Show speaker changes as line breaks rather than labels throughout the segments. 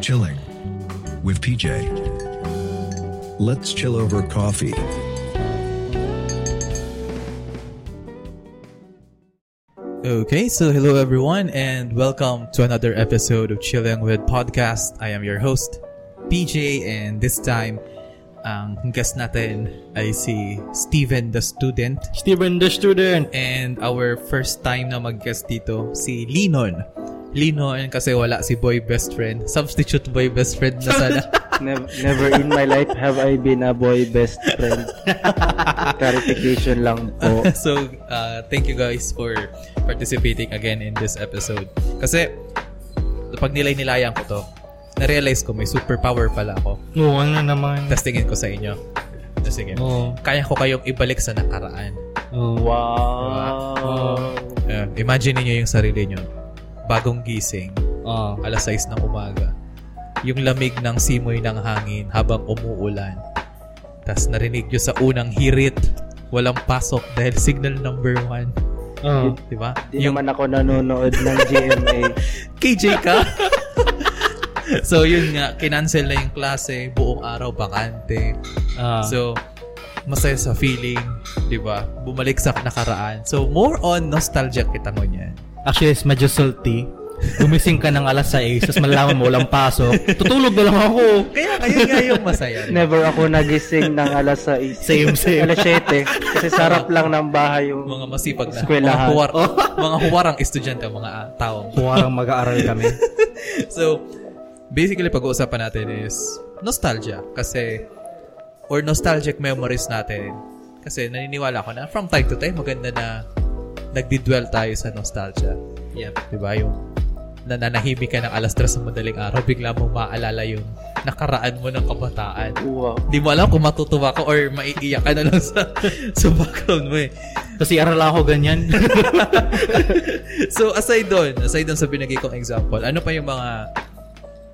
Chilling with PJ. Let's chill over coffee.
Okay, so hello everyone, and welcome to another episode of Chilling with Podcast. I am your host, PJ, and this time, ang guest natin ay si Steven the Student.
Steven the student.
And our first time na mag-guest dito, si Linon. Linon kasi wala si boy best friend. Substitute boy best friend na sana.
Nev- never in my life have I been a boy best friend. Clarification lang po.
so, uh, thank you guys for participating again in this episode. Kasi, pag nilay-nilayan ko to, na-realize ko may superpower pala ako.
Oo ano na naman.
Tapos tingin ko sa inyo. So, sige.
Oo.
Kaya ko kayong ibalik sa nakaraan.
Oo.
Wow.
Eh, imagine niyo yung sarili nyo. Bagong gising,
Oo.
alas 6 ng umaga. Yung lamig ng simoy ng hangin habang umuulan. Tapos narinig nyo sa unang hirit, walang pasok dahil signal number Diba? 1.
Oo.
Di ba?
Di naman ako nanonood ng GMA.
KJ ka? so, yun nga. Kinancel na yung klase. Buong araw, bakante.
Ah.
So, masaya sa feeling. di ba? Bumalik sa nakaraan. So, more on nostalgia kita mo niya.
Actually, it's medyo salty. Gumising ka ng alas 6, tapos malaman mo walang pasok. Tutulog na lang ako.
Kaya, ayun nga yung masaya.
Never ako nagising ng alas 6.
Same, same.
Alas 7. Kasi sarap lang ng bahay yung...
mga masipag na. Mga,
Eskwelahan. Oh.
huwar, mga huwarang estudyante, mga ah, tao.
Kung araw mag-aaral kami.
So, basically, pag-uusapan natin is nostalgia. Kasi, or nostalgic memories natin. Kasi naniniwala ko na from time to time, maganda na nagdi-dwell tayo sa nostalgia.
Yep.
Diba? Yung nananahimik ka ng alas 3 sa madaling araw, bigla mo maaalala yung nakaraan mo ng kabataan.
Wow.
Di mo alam kung matutuwa ka or maiiyak ka na lang sa, sa background mo eh.
Tapos i-aral ako ganyan.
So aside doon, aside doon sa binigay kong example, ano pa yung mga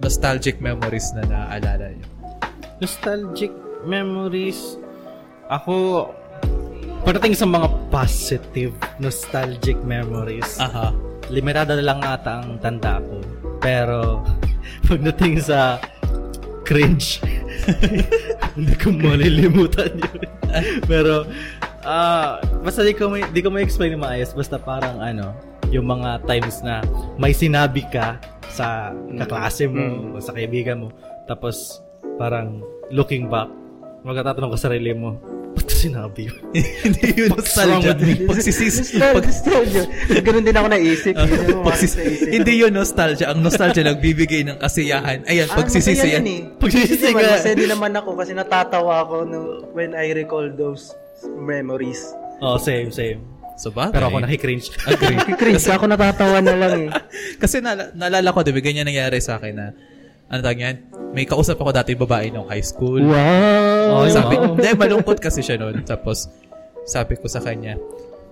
nostalgic memories na naaalala niyo?
Nostalgic memories. Ako, parating sa mga positive nostalgic memories.
Aha.
limitado na lang ata ang tanda ko. Pero, pagdating sa cringe, hindi ko malilimutan yun. Pero, ah, basta di ko, may, di ko ma-explain na maayos. Basta parang ano, yung mga times na may sinabi ka sa kaklase mo o sa kaibigan mo. Tapos, parang looking back, magtatanong ka sa sarili mo, ba't ko sinabi yun?
Hindi yun
What's wrong
nostalgia.
with me?
Pagsisisi.
Pag
Pag,
studio. Ganun din ako naisip. Yun yung mga
pagsis,
naisip.
hindi yun nostalgia. Ang nostalgia nagbibigay ng kasiyahan. Ayan,
Ah,
pagsisisi
masaya
yan.
yun eh.
Pagsisisi
Hindi
ka.
naman, Masaya din naman ako kasi natatawa ako no- when I recall those memories.
Oh, same, same.
eh.
So ba?
Pero ako nakikringe.
Agree.
Cringe ako natatawa na lang eh.
Kasi nala- naalala ko, di ba, ganyan nangyari sa akin na, ano tawag yan? May kausap ako dati babae nung high school.
Wow!
Oh, yung
sabi,
mga-
dahil malungkot kasi siya noon. Tapos, sabi ko sa kanya,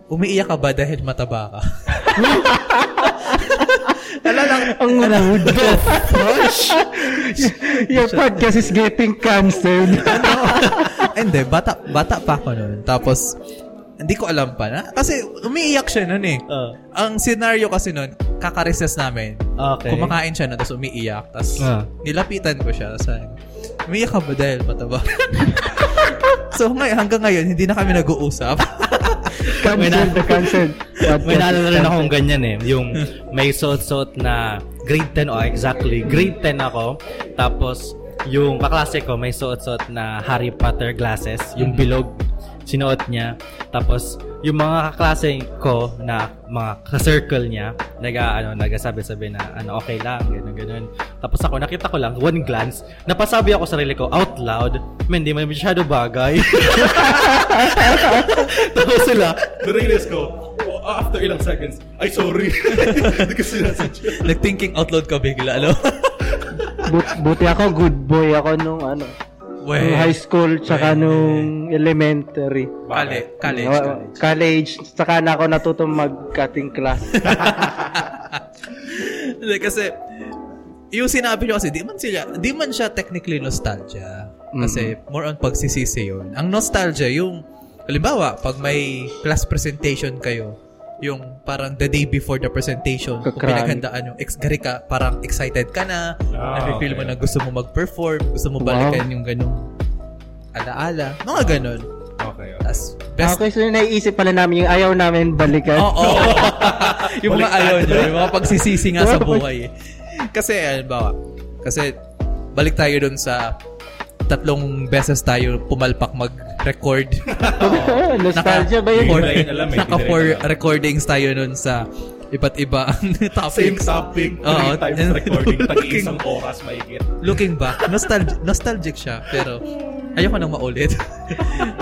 umiiyak ka ba dahil mataba ka?
Ang rude. Your podcast is getting cancelled.
Hindi, bata, bata pa ako noon. Tapos, hindi ko alam pa na. Kasi, umiiyak siya noon eh.
Ah.
Ang scenario kasi noon, kakareses namin.
Okay.
Kumakain siya noon, tapos umiiyak. Tapos,
Ah.
nilapitan ko siya. Tapos, sabi ko, umiiyak ka ba dahil mataba? so, ngayon, hanggang ngayon, hindi na kami nag-uusap.
Cancelled
the cancelled.
May naalala rin akong ganyan eh. Yung may suot-suot na grade 10, oh exactly, grade 10 ako. Tapos, yung kaklase ko may suot-suot na Harry Potter glasses, yung bilog, sinuot niya. Tapos, yung mga kaklase ko na mga ka-circle niya, naga, ano, nagasabi-sabi na, ano, okay lang, ganun, ganun. Tapos ako, nakita ko lang, one glance, napasabi ako sa sarili ko, out loud, man, di man masyado bagay. Tapos sila, narinis ko, after ilang seconds, ay sorry. Hindi ko sinasadya.
Nag-thinking out loud ka bigla, ano?
buti ako, good boy ako nung ano. nung high school, tsaka nung elementary.
Kale, college.
Wa- college. Tsaka na ako natutong mag-cutting class.
Hindi, kasi, yung sinabi nyo kasi, di man, sila, di man siya technically nostalgia. Kasi, more on pagsisisi yun. Ang nostalgia, yung, halimbawa, pag may class presentation kayo, yung parang the day before the presentation, kung
Kakrami.
pinaghandaan yung ex gari ka, parang excited ka na,
Ah,
nafe-feel mo na
okay.
gusto mo mag-perform, gusto mo balikan yung ganung alaala, mga ganun.
Okay.
Tapos, best
Ah, Okay, so naiisip pala namin yung ayaw namin balikan.
Oo. yung mga
Baliktad.
ayaw nyo, yung mga pagsisisi nga sa buhay. eh. Kasi, halimbawa, kasi balik tayo dun sa tatlong beses tayo pumalpak mag-record.
Nostalgia ba
Four,
yun?
Hindi na yun alam eh,
naka
hindi na
four
yun alam.
recordings tayo nun sa iba't iba ang
Same
topics.
topic, three
Oo.
times recording,
Looking-
tag-isang oras maigit.
Looking back, nostalgic, nostalgic siya, pero ayoko nang maulit.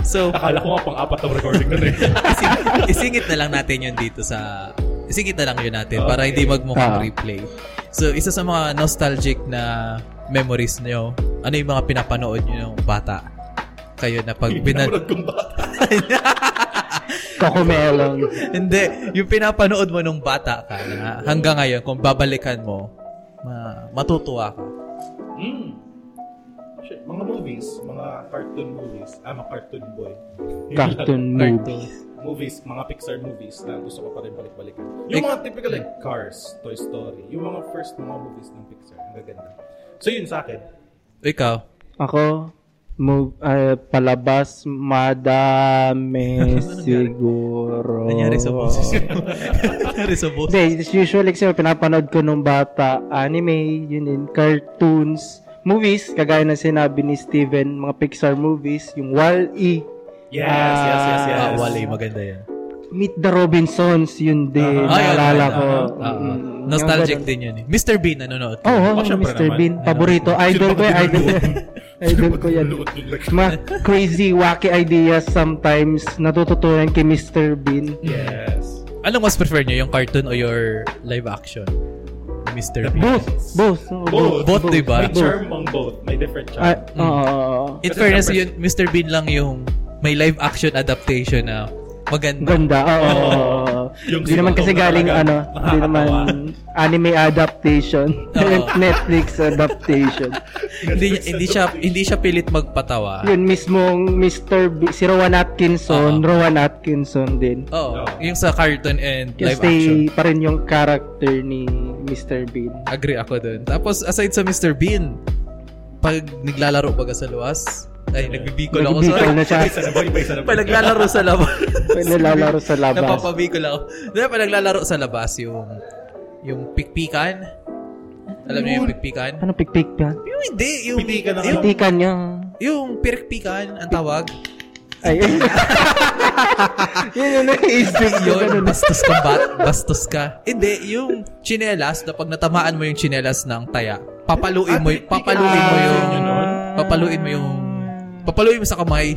so,
Akala ko nga pang-apat ang recording eh. na rin.
Ising- isingit na lang natin yun dito sa... Isingit na lang yun natin para
Okay.
hindi magmukhang
Ah.
replay. So, isa sa mga nostalgic na memories nyo, ano yung mga pinapanood nyo nung bata? Kayo na pag binan...
Pinanood kong bata.
Kakumelon.
Hindi, yung pinapanood mo nung bata ka na hanggang ngayon, kung babalikan mo, ma- matutuwa ka.
Mm. Shit, mga movies, mga cartoon movies. Ah, mga cartoon boy. Yun lang.
Cartoon movie.
movies, mga Pixar movies na gusto ko pa rin balik-balikan. Yung mga typical like Cars, Toy Story, yung mga first mga movies ng Pixar, ang gaganda. So yun sa akin.
Ikaw?
Ako, move, ah, palabas, madami siguro.
Nangyari sa boses. Nangyari sa boses.
Hindi, as usual, like, sir, pinapanood ko nung bata, anime, yun din, cartoons, movies, kagaya ng sinabi ni Steven, mga Pixar movies, yung Wall-E,
Yes, yes, yes, yes.
Ah, wala yung maganda yan.
Meet the Robinsons, yun din,
Ah,
ah, yun,
naalala
yun,
ko.
Ah, ah.
Mm, yung
nostalgic
ganun.
din yun eh. Mr. Bean, nanonood ka?
Oo, oh,
Oh, syempre
Mr.
naman.
Bean, paborito, idol ko yan, idol ko yan. Idol ko yan.
yan.
Mga crazy, wacky ideas sometimes, natututunan kay Mr. Bean.
Yes.
Anong mas prefer nyo, yung cartoon o your live action? Mr. Bean.
Both, both, oh, both.
Both, diba?
May charm ang both. May different charm.
Ah, oo.
In
Kasi
fairness,
syempre-
yun, Mr. Bean lang yung may live action adaptation na maganda.
Ganda, oo.
Oo. Yung
Hindi naman kasi
sitcom
galing
talaga,
ano, hindi naman anime adaptation,
Oo.
Netflix adaptation.
hindi, hindi siya hindi siya pilit magpatawa.
Yun mismong Mr. B, si Rowan Atkinson,
Oo.
Rowan Atkinson din.
Oo,
Oo.
yung sa cartoon and live action.
Kasi pa rin yung character ni Mr. Bean.
Agree ako dun. Tapos aside sa Mr. Bean, pag naglalaro baga sa luwas, ay nagbibikol ako sa
Nagbibikol na siya.
Isa na ba? Diba, Iba isa na ba?
pag naglalaro sa labas.
Pag nilalaro sa labas.
Napapabikol ako. Hindi, pag naglalaro sa labas, yung yung pikpikan. Alam niyo yung pikpikan?
Ano pikpik yan?
Yung hindi, yung...
Pitikan na
yung,
Pitikan niya.
yung pirikpikan, ang tawag.
Ay, ay. yun yung naisip ko.
Yun,
ganun.
bastos ka ba? Bastos ka. Hindi, yung chinelas, na pag natamaan mo yung chinelas ng taya, papaluin mo, y- papaluin mo yung...
Ah.
Papaluin mo yung... Papaluin mo sa kamay.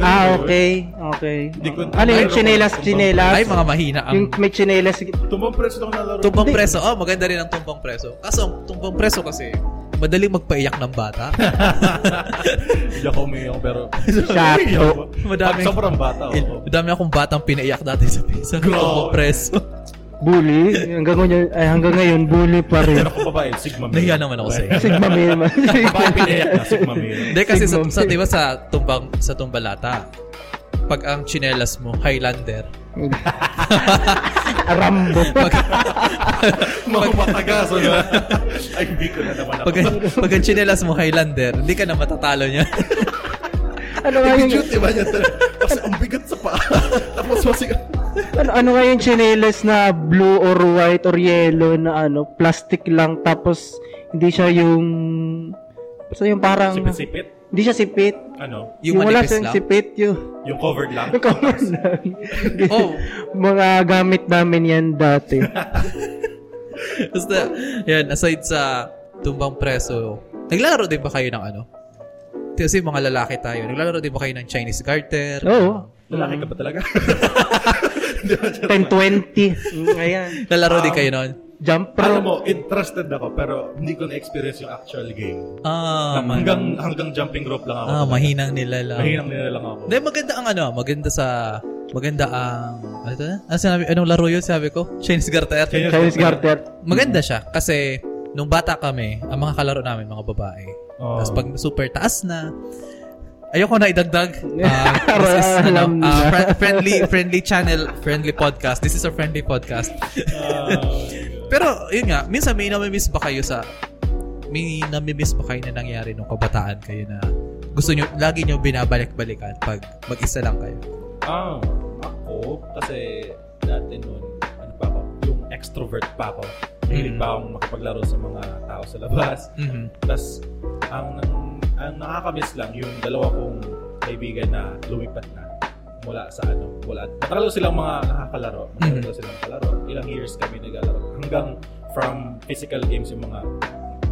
Ah, okay. Okay.
Hindi ko-
Ano yung chinelas, chinelas?
Ay, mga mahina
Yung
ang...
may chinelas.
Tumbang press lang nalaro.
Tumbang preso. Oh, maganda rin ang tumbang preso. Kaso, ang tumbang preso kasi, madaling magpaiyak ng bata.
Hindi ako umiyak pero...
Sakto.
Hindi ako.
Madami.
Pag sobrang bata, oh. oo.
Dami akong batang pinaiyak dati sa pisa.
Grabe.
Tumbang preso.
Bully. Hanggang ngayon, ay, hanggang ngayon bully pa rin.
Pero ako babae, sigma male.
Nahiya naman ako sa'yo.
Sigma male man.
Baka pinayak na, sigma male.
Hindi kasi sa,
Sigmund
sa
Freud.
diba sa tumbang sa tumbalata. Pag ang chinelas mo Highlander.
Rambo.
Pag
Mga matagas, ano? Ay, hindi ko na naman ako.
pag, pag ang chinelas mo Highlander, hindi ka na matatalo niya.
ano nga yung,
Cute, diba niya? Tapos ang bigat sa paa. Tapos masig...
ano, ano nga yung chinelas na blue or white or yellow na ano, plastic lang tapos hindi siya yung so yung parang
Sipit-sipit.
hindi siya sipit.
Ano?
Yung
wala
manipis
siyang
lang.
sipit yung
Yung covered lang.
yung common lang.
Oh.
Mga gamit namin yan dati.
Basta, yan, aside sa tumbang preso, naglaro din ba kayo ng ano? Kasi mga lalaki tayo. Naglalaro din ba kayo ng Chinese garter?
Oh.
Oo.
Lalaki ka pa talaga?
10-20. Mm, Ayan.
Lalaro
Ah.
din kayo noon?
Jump
Alam
Ano
rope.
mo, interested ako pero hindi ko na-experience yung actual game.
Ah, man.
hanggang hanggang jumping rope lang ako.
Ah, mahinang nila lang.
Mahinang nila lang ako.
Hindi, maganda ang ano, maganda sa, maganda ang, ano to na? Ano sinabi, anong laro yun sabi ko? Chinese Garter.
Chinese garter.
Maganda
Mm.
siya kasi
Oh.
nung bata kami, ang mga kalaro namin, mga babae.
Oo.
Tapos pag super taas na, Ayoko na idagdag. Uh, this is ano,
Alam na.
uh, fri- friendly friendly channel, friendly podcast. This is a friendly podcast. Pero yun nga, minsan may namimiss ba kayo sa may namimiss ba kayo na nangyari nung kabataan kayo na gusto nyo, lagi nyo binabalik-balikan pag mag-isa lang kayo.
Ah, ako, kasi dati noon, ano pa ako, yung extrovert pa ako. Mahilig pa akong makapaglaro sa mga tao sa labas.
Mhm.
Plus, ang, ang, ang nakakamiss lang, yung dalawa kong kaibigan na lumipat na mula sa ano, mula. Nakalaro silang mga nakakalaro. Nakalaro silang kalaro. Ilang years kami naglalaro. Hanggang from physical games yung mga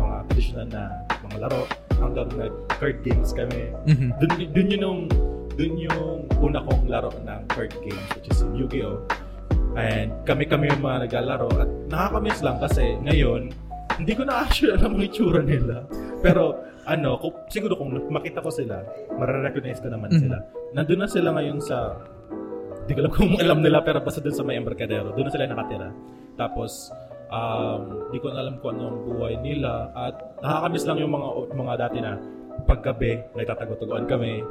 mga traditional na mga laro hanggang nag-card games kami
Mhm.
dun, dun yun yung dun yung una kong laro ng card games which is yung Yu-Gi-Oh! And kami-kami yung mga naglalaro at nakakamiss lang kasi ngayon hindi ko na actually alam ang itsura nila. Pero ano, kung, siguro kung makita ko sila, mararecognize ko naman
Mhm.
sila. Nandun na sila ngayon sa hindi ko alam kung alam nila pero basta dun sa may embarkadero. Doon na sila nakatira. Tapos um, di ko na alam kung ano ang buhay nila at nakakamiss lang yung mga mga dati na paggabi, nagtatagotagoan kami,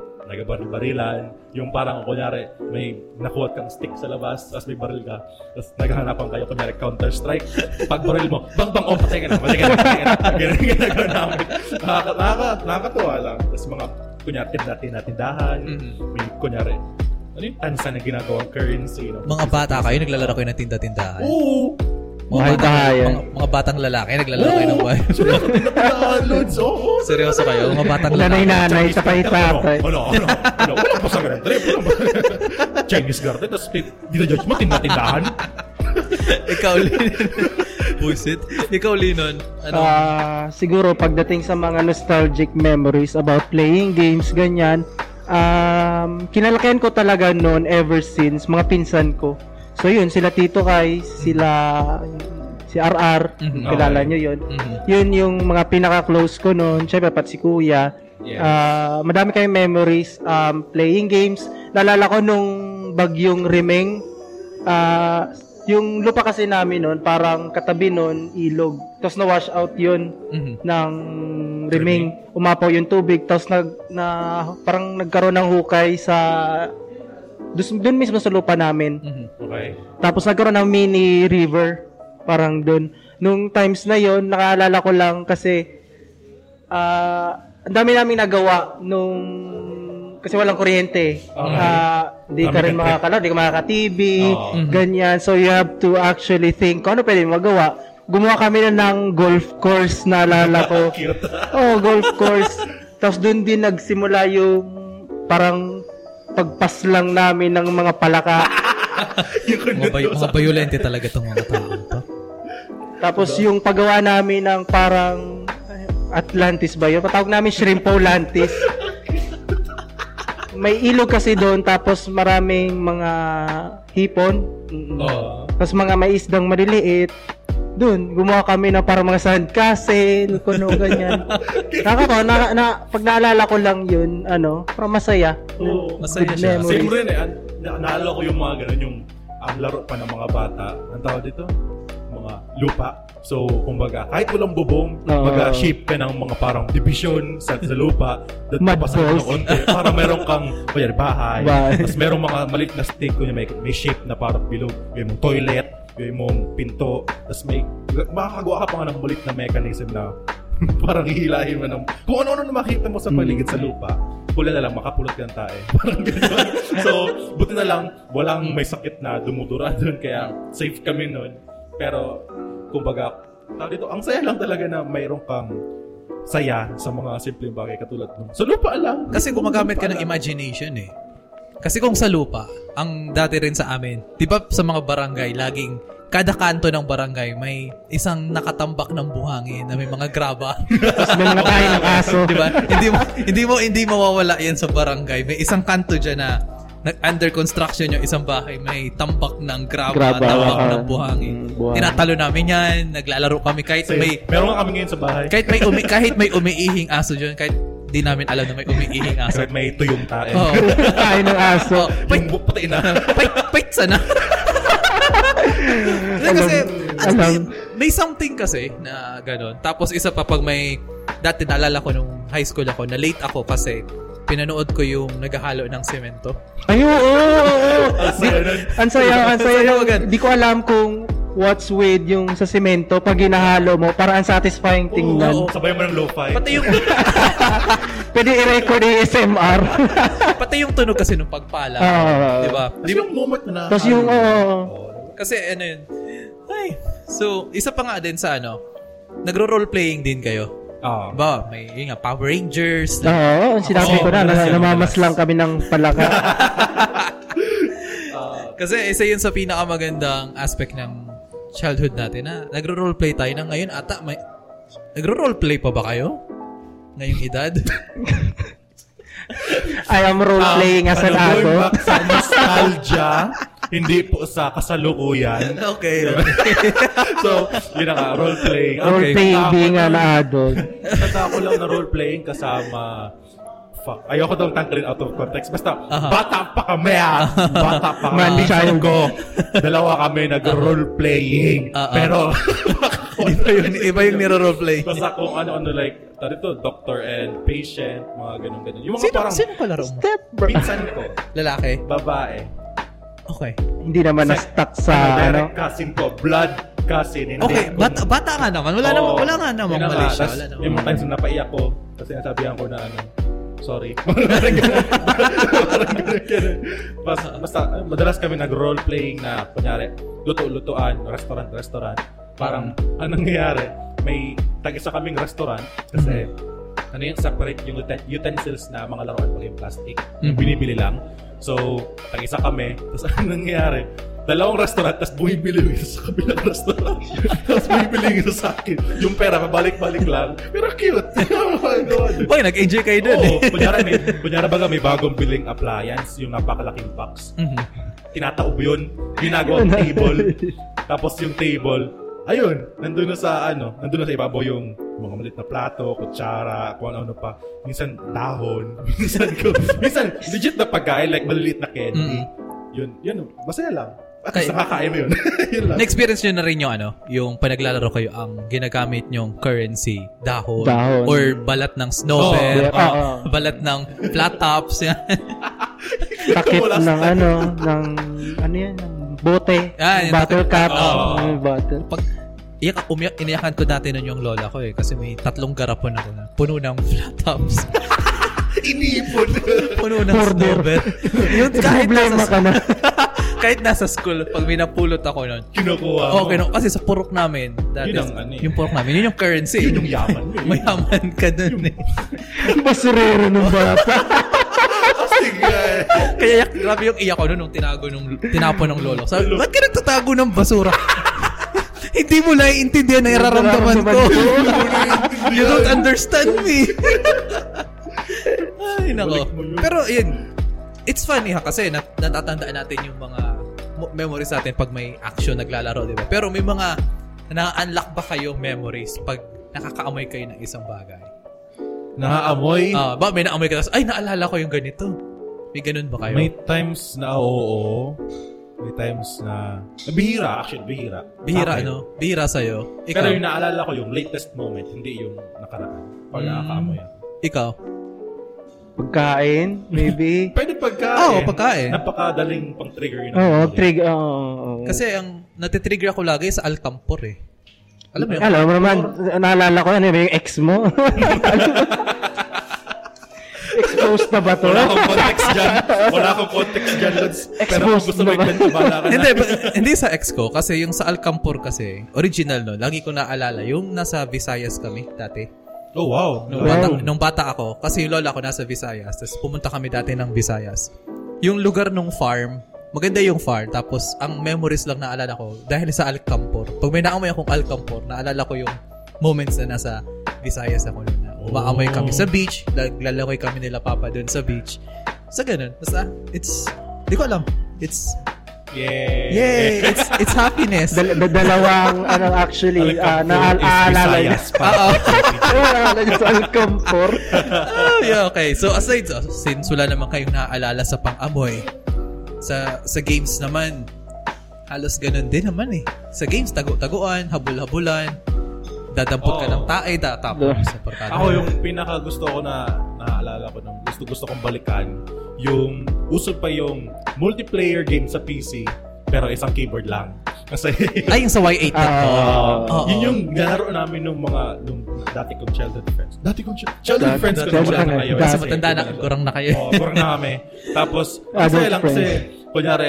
nagabarilan, yung parang kunyari may nakuha kang stick sa labas, tapos may baril ka, tapos naghahanapan kayo, kunyari counter-strike, pag baril mo, bang bang, oh, patay ka na, patay ka na, patay ka na, ganun yung ginagawa namin. Nakaka, nakaka, nakakatuwa lang, tapos mga kunyari tindahan-tindahan,
Mhm.
may kunyari, ano yung tansa na ginagawang currency, you know?
Mga bata kayo, naglalaro kayo ng tinda-tindahan.
Oo!
Mga,
Mahal
batang,
tahayan.
mga, mga batang lalaki, naglalaro kayo ng bahay.
Seryoso, tindahan, loads, oo!
Seryoso kayo, mga batang lalaki.
Nanay-nanay, sa
Ano,
pahitatay.
ano, ano, ano, walang pasang ganun. Trip, walang pasang- Chinese garden, tapos pin- dinajudge mo, tindahan.
Ikaw, Linon. Buisit. Ikaw, Linon. Ano?
Ah, siguro pagdating sa mga nostalgic memories about playing games ganyan, um kinalakihan ko talaga noon ever since mga pinsan ko. So yun sila Tito Kai, sila si RR,
Mhm.
kilala
Okay.
nyo yun.
Mhm.
Yun yung mga pinaka-close ko noon, syempre pat si Kuya. Ah, madami kayong memories um, playing games. Nalala ko nung bagyong Rimeng, ah, yung lupa kasi namin noon, parang katabi noon, ilog. Tapos na-wash out yun
Mhm.
ng Rimeng. Umapaw yung tubig, tapos nag, na, parang nagkaroon ng hukay sa... Doon, doon mismo sa lupa namin.
Mhm.
Okay.
Tapos nagkaroon ng mini river. Parang dun. Nung times na yon nakaalala ko lang kasi ah, ang dami namin nagawa nung kasi walang kuryente. Ah, di ka rin
Dami ka-
makakala, di ka makaka-TV,
Oo.
ganyan. So you have to actually think, kung ano pwede magawa? Gumawa kami na ng golf course, naalala ko.
Cute.
oh, golf course. Tapos doon din nagsimula yung parang pagpas lang namin ng mga palaka.
Yung
Mga,
ganun.
bay- mga violente talaga itong mga tao to.
Tapos yung paggawa namin ng parang Atlantis ba yun? Patawag namin Shrimpolantis. May ilog kasi doon tapos maraming mga hipon. Mm-mm.
Oh.
Oo.
Tapos mga maisdang maliliit. Doon, gumawa kami ng parang mga sandcastle, kuno ganyan. Nakakatawa, na, na, pag naalala ko lang yun, ano, parang masaya.
Oo.
Masaya
Good
siya.
memory.
Same rin eh. An- na- naalala ko yung mga ganun, yung ang laro pa ng mga bata. Ang tawag dito? Mga lupa. So, kumbaga, kahit walang bubong,
Oo.
maga shape ka ng mga parang division sa, sa lupa. That
Mud
papasan
balls.
ng konti. Para meron kang, kunyari, bahay.
Bahay.
Tapos merong mga maliit na stick. Kunyari, may, may shape na parang bilog. May mong toilet. May mong pinto. Tapos may, makakagawa ka pa nga ng maliit na mechanism na parang hihilahin mo ng, kung ano-ano na makita mo
Hmm.
sa paligid sa lupa. Pula na lang, makapulot ka ng tae. Parang ganyan. so, buti na lang, walang may sakit na dumudura doon. Kaya, safe kami noon. Pero, kumbaga, tawag dito, ang saya lang talaga na mayroong kang saya sa mga simpleng bagay katulad nung sa lupa lang.
Kasi gumagamit ka ng
Lupa lang.
imagination eh. Kasi kung sa lupa, ang dati rin sa amin, di ba sa mga barangay, laging kada kanto ng barangay may isang nakatambak ng buhangin na may mga graba.
Tapos may mga tayo ng aso.
di ba? Diba? Hindi mo hindi mo hindi mawawala 'yan sa barangay. May isang kanto diyan na na- under construction yung isang bahay, may tambak ng graba,
Graba,
tambak
ah,
ng buhangin.
mm, buhangin.
Tinatalo namin 'yan, naglalaro kami kahit
Kasi,
may
meron nga kami ngayon sa bahay.
kahit may umi, kahit may umiihing aso diyan, kahit di namin alam na may umiihing aso. Oh.
Kahit may tuyong tae.
Oo.
tayo ng aso.
Oh,
Yung bu- pati na.
pait, pait sana. Hindi, kasi, ano, may,
alam.
may something kasi na gano'n. Tapos isa pa pag may, dati naalala ko nung high school ako, na late ako kasi pinanood ko yung naghahalo ng semento.
Ay, oo, oo, oo.
Ang saya nun.
Ang saya, ang saya.
Saya
nun.
agad.
Di ko alam kung what's with yung sa simento pag ginahalo mo para ang satisfying tingnan.
Oo, Sabay mo ng lo-fi.
Pati yung
Pwede i-record yung SMR.
pati yung tunog kasi nung pagpala.
Ah.
di ba?
Tapos yung moment na... Ah.
Tapos yung, oo.
Kasi ano yun. Ay. So, isa pa nga din sa ano, nagro-role playing din kayo.
Ah.
Ba, may yun nga, Power Rangers.
Oo, ang
Oo,
sinabi ko na,
madalas
na
yun,
namamaslang kami ng palaka.
Kasi isa yun sa pinakamagandang aspect ng childhood natin na nagro-role play tayo na ngayon ata may nagro-role play pa ba kayo? Ngayong edad?
I am
Ah,
role-playing as an
ano, going
adult.
back sa nostalgia, hindi po sa kasalukuyan.
okay.
So, yun na nga, role-playing. Okay,
Role-playing
ako
being an
nun,
adult.
Tanda ko lang na role-playing kasama Fuck. Ayoko daw tanggalin out of context. Basta, bata pa kami ah. Bata pa kami.
Man,
Minsan
child.
ko, dalawa kami nag-role-playing.
Ah, ah.
Pero,
iba yun, iba yung niro-role play.
basta kung ano-ano like, dito, doctor and patient, mga ganun-ganun. Yung mga
Sino,
parang
sino kalaro mo?
Step bro.
pinsan ko,
Lalaki?
babae.
Okay.
Hindi naman na-stuck sa, ano.
direct cousin ko, blood cousin. Hindi
Okay,
ako-
bata, bata ka naman. Wala
Oo.
namang wala nga namang
Yun na
mali
nga.
siya.
Tas
Wala namang.
Yung mga times na napaiyak ko, kasi nasabihan ko na ano, sorry. Parang ganun, ganun. Basta, basta, ano, madalas kami nag-role playing na, kunyari, luto-lutoan, restaurant-restaurant. Parang, ang nangyayari, may tag-isa kaming restaurant kasi
Mm-hmm.
ano yung separate yung uten- utensils na mga laruan pag yung plastic yung binibili lang. So, tag-isa kami. Tapos ano nangyayari? Dalawang restaurant, tapos bumibili yung isa sa kabilang restaurant. tapos bumibili yung isa sa akin. Yung pera, pabalik-balik lang. Pero cute. Oh Oo,
Boy, nag-enjoy kayo dun eh.
kunyara, may, kunyara baga may bagong biling appliance, yung napakalaking box.
Mhm.
Tinataob yun, ginagawang table. Tapos yung table, ayun, nandun na sa ano, nandun na sa ibabaw yung mga malit na plato, kutsara, kung ano-ano pa. Minsan dahon, minsan, ko, minsan legit na pagkain, like maliliit na
Mm-hmm.
candy. Yun, yun, masaya lang. At
Kay-
least nakakain mo yun. yun lang.
Na-experience nyo na rin yung ano, yung panaglalaro kayo ang ginagamit nyong currency, dahon,
Dahon.
or balat ng snowball,
Oo,
oo.
balat ng flat tops. yan.
Takip
Wala
ng,
sa-
ano, ng, ano yan, ng bote.
Ah,
Ng
yung
Bottle cap.
Oo.
May bottle.
Pag iyak, umiyak, iniyakan ko dati nun yung lola ko eh, kasi may tatlong garapon ako na puno ng flat tops,
Iniipon.
puno ng
Hoarder.
snowball. Yun, kahit
Problema
nasa,
ka na.
kahit nasa school, pag may napulot ako nun,
Kinukuha mo.
Okay, no, kasi sa purok namin, that
Yun
is,
ang ano eh.
yung purok namin, yun yung currency.
Yun yung yaman mo eh.
Mayaman ka dun eh.
Basurero ng bata.
Ah, Sige.
Kaya yak, grabe yung iyak ko nun nung tinago nung, tinapon ng lolo. Sabi, ba't ka nagtatago ng basura? Hindi mo naiintindihan na iraramdaman ko. you don't understand me. Ay, nako.
Balik mo yun.
Pero yun, it's funny ha kasi nat- natatandaan natin yung mga mo- memories natin pag may action naglalaro, di ba? Pero may mga na-unlock ba kayong memories pag nakakaamoy kayo ng isang bagay?
Nakaamoy.
Ah, ba may naamoy ka tapos, ay, naalala ko yung ganito. May ganun ba kayo?
May times na oo. May times na... Bihira, actually, bihira.
Bihira,
Akin.
ano? Bihira sa'yo. Ikaw.
Pero yung naalala ko, yung latest moment, hindi yung nakaraan. ah. Pag
Mm.
nakakaamoy yan.
Ikaw.
Pagkain, maybe.
Pwede pagkain.
Oo, pagkain.
Napakadaling pang trigger yun.
Oo, trig, oo, oo. oo.
Kasi ang natitrigger ako lagi sa Alcampor eh. Alam mo yun?
Alam mo naman, naalala ko, ano yung ex mo? Exposed na ba to?
Wala akong context dyan. Wala akong context dyan, Lods. Pero kung
Exposed
gusto
na
mo
ba?
ikwento, bahala ka na.
hindi, ba- hindi sa ex ko. Kasi yung sa Alcampor kasi, original no, lagi ko naalala. Yung nasa Visayas kami dati.
Oh, wow.
Nung, bata, nung bata ako. Kasi yung lola ko nasa Visayas. Tapos pumunta kami dati ng Visayas. Yung lugar nung farm, maganda yung farm. Tapos ang memories lang naalala ko dahil sa Alcampor. Pag may naamoy akong Alcampor, naalala ko yung moments na nasa Visayas ako noon. na Umaamoy kami sa beach. Naglalaway kami nila papa doon sa beach. Sa ganun. Basta, it's, di ko alam. It's,
Yeah.
yay! It's, it's happiness.
Dal- da- dalawang, ano, actually, ah, naal- aalala
naalala
niya. Naalala niya sa Alcampor.
oh, yeah, okay. So aside, so, since wala naman kayong naaalala sa pang-amoy, sa, sa games naman, halos ganun din naman eh. Sa games, tago-taguan, habul-habulan, Dadampot ka
Oo.
ng tae, tatapon mo sa portada.
Ako yung pinaka gusto ko na naaalala ko nung gusto gusto kong balikan yung uso pa yung multiplayer game sa PC pero isang keyboard lang. Kasi
Ay, yung sa Y8 na to.
ah,
Oo.
yun yung nilaro namin nung mga nung dati kong childhood friends. Dati kong chi- childhood
Dati-
friends ko
dati-
nung wala
dati-
na kayo.
dati-
Kasi matanda na, kurang na kayo.
Oo, kurang na kami. Tapos, ang
Adult
saya lang kasi,
friends.
kunyari,